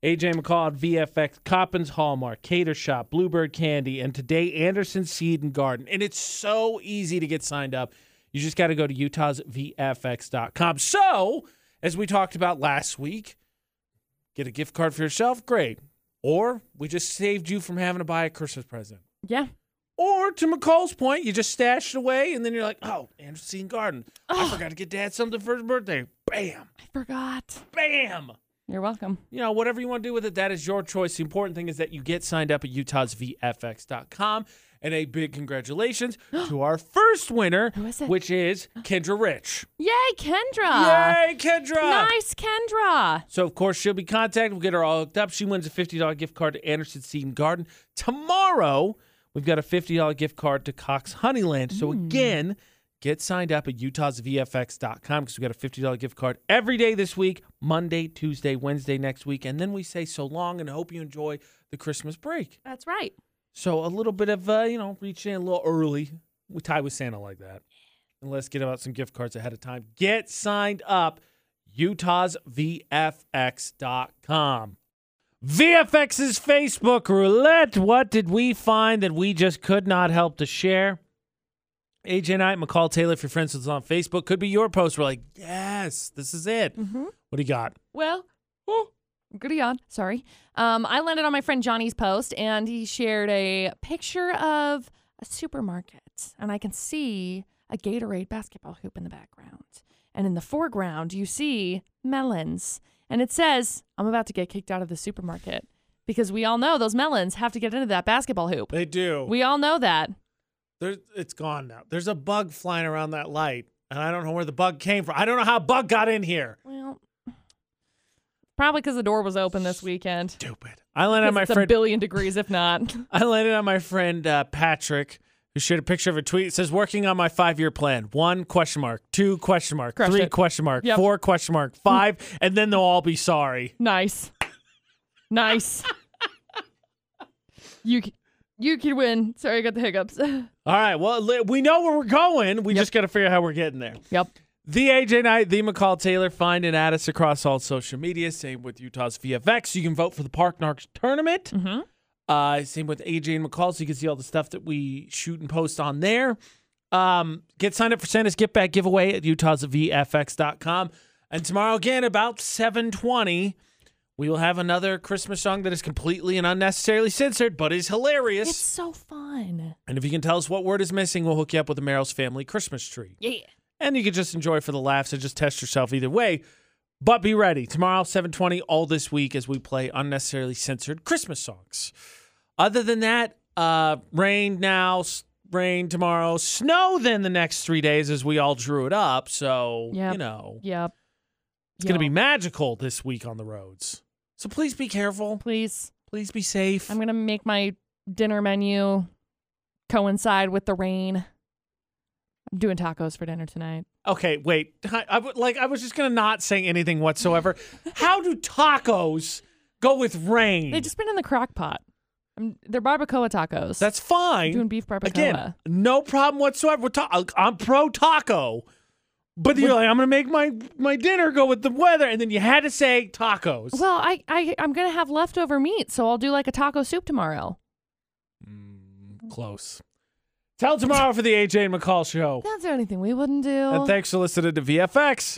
[SPEAKER 1] AJ McCall at VFX, Coppins Hallmark, Cater Shop, Bluebird Candy, and today Anderson Seed and Garden. And it's so easy to get signed up. You just got to go to utahsvfx.com. So, as we talked about last week, get a gift card for yourself, great. Or we just saved you from having to buy a Christmas present.
[SPEAKER 2] Yeah.
[SPEAKER 1] Or to McCall's point, you just stashed it away and then you're like, oh, Anderson Garden. I forgot to get dad something for his birthday. Bam,
[SPEAKER 2] I forgot.
[SPEAKER 1] bam.
[SPEAKER 2] You're welcome.
[SPEAKER 1] You know, whatever you want to do with it, that is your choice. The important thing is that you get signed up at utahsvfx.com. And a big congratulations to our first winner,
[SPEAKER 2] Who is it?
[SPEAKER 1] which is Kendra Rich.
[SPEAKER 2] Yay, Kendra.
[SPEAKER 1] Yay, Kendra!
[SPEAKER 2] Nice, Kendra.
[SPEAKER 1] So of course she'll be contacted. We'll get her all hooked up. She wins a fifty dollar gift card to Anderson Seed and Garden tomorrow. We've got a fifty dollar gift card to Cox Honeyland. So again, get signed up at utahsvfx.com because we got a fifty dollar gift card every day this week, Monday, Tuesday, Wednesday next week, and then we say so long and hope you enjoy the Christmas break.
[SPEAKER 2] That's right.
[SPEAKER 1] So a little bit of uh, you know reaching in a little early. We tie with Santa like that. And let's get out some gift cards ahead of time. Get signed up. UtahsVFX.com. VFX's Facebook roulette. What did we find that we just could not help to share? AJ Knight, McCall Taylor, if your friends with us on Facebook, could be your post. We're like, yes, this is it. What do you got?
[SPEAKER 2] Well, oh, goody on. Sorry. Um, I landed on my friend Johnny's post, and he shared a picture of a supermarket, and I can see a Gatorade basketball hoop in the background, and in the foreground you see melons, and it says, "I'm about to get kicked out of the supermarket." Because we all know those melons have to get into that basketball hoop.
[SPEAKER 1] They do.
[SPEAKER 2] We all know that.
[SPEAKER 1] There, it's gone now. There's a bug flying around that light, and I don't know where the bug came from. I don't know how a bug got in here.
[SPEAKER 2] Well, probably because the door was open this weekend.
[SPEAKER 1] Stupid. I landed on my
[SPEAKER 2] it's a
[SPEAKER 1] friend.
[SPEAKER 2] billion degrees, if not.
[SPEAKER 1] I landed on my friend uh, Patrick, who shared a picture of a tweet. It says, "Working on my five-year plan. One question mark, two question mark,
[SPEAKER 2] Crushed
[SPEAKER 1] three
[SPEAKER 2] it.
[SPEAKER 1] question mark,
[SPEAKER 2] Yep. Hmm.
[SPEAKER 1] four question mark, five, and then they'll all be sorry."
[SPEAKER 2] Nice. Nice. you c- you can win. Sorry, I got the hiccups.
[SPEAKER 1] All right. Well, li- we know where we're going. We just got to figure out how we're getting there.
[SPEAKER 2] yep.
[SPEAKER 1] The AJ Knight, the McCall Taylor, find and add us across all social media. Same with Utah's VFX. You can vote for the Park Narks tournament.
[SPEAKER 2] Mhm.
[SPEAKER 1] Uh, same with AJ and McCall, so you can see all the stuff that we shoot and post on there. Um, get signed up for Santa's Get Back giveaway at utahsvfx.com. And tomorrow again, about 720, we will have another Christmas song that is completely and unnecessarily censored, but is hilarious.
[SPEAKER 2] It's so fun.
[SPEAKER 1] and if you can tell us what word is missing, we'll hook you up with the Merrill's Family Christmas tree
[SPEAKER 2] Yeah.
[SPEAKER 1] and you could just enjoy for the laughs and just test yourself either way. But be ready tomorrow, seven twenty, all this week as we play unnecessarily censored Christmas songs. Other than that, uh, rain now, s- rain tomorrow, snow then the next three days as we all drew it up. So
[SPEAKER 2] Yep.
[SPEAKER 1] you know
[SPEAKER 2] Yep.
[SPEAKER 1] it's gonna be magical this week on the roads. So please be careful.
[SPEAKER 2] Please,
[SPEAKER 1] Please be safe.
[SPEAKER 2] I'm gonna make my dinner menu coincide with the rain. I'm doing tacos for dinner tonight.
[SPEAKER 1] Okay, wait. I, I would- like I was just gonna not say anything whatsoever. How do tacos go with rain?
[SPEAKER 2] They've just been in the crock pot. I'm, they're barbacoa tacos.
[SPEAKER 1] That's fine.
[SPEAKER 2] doing beef barbacoa.
[SPEAKER 1] Again, no problem whatsoever. We're ta- I'm pro taco. But you're like, I'm gonna make my my dinner go with the weather, and then you had to say tacos.
[SPEAKER 2] Well, I, I I'm gonna have leftover meat, so I'll do like a taco soup tomorrow.
[SPEAKER 1] Close. Tell tomorrow for the AJ and McCall show.
[SPEAKER 2] That's the only thing we wouldn't do.
[SPEAKER 1] And thanks for listening to VFX.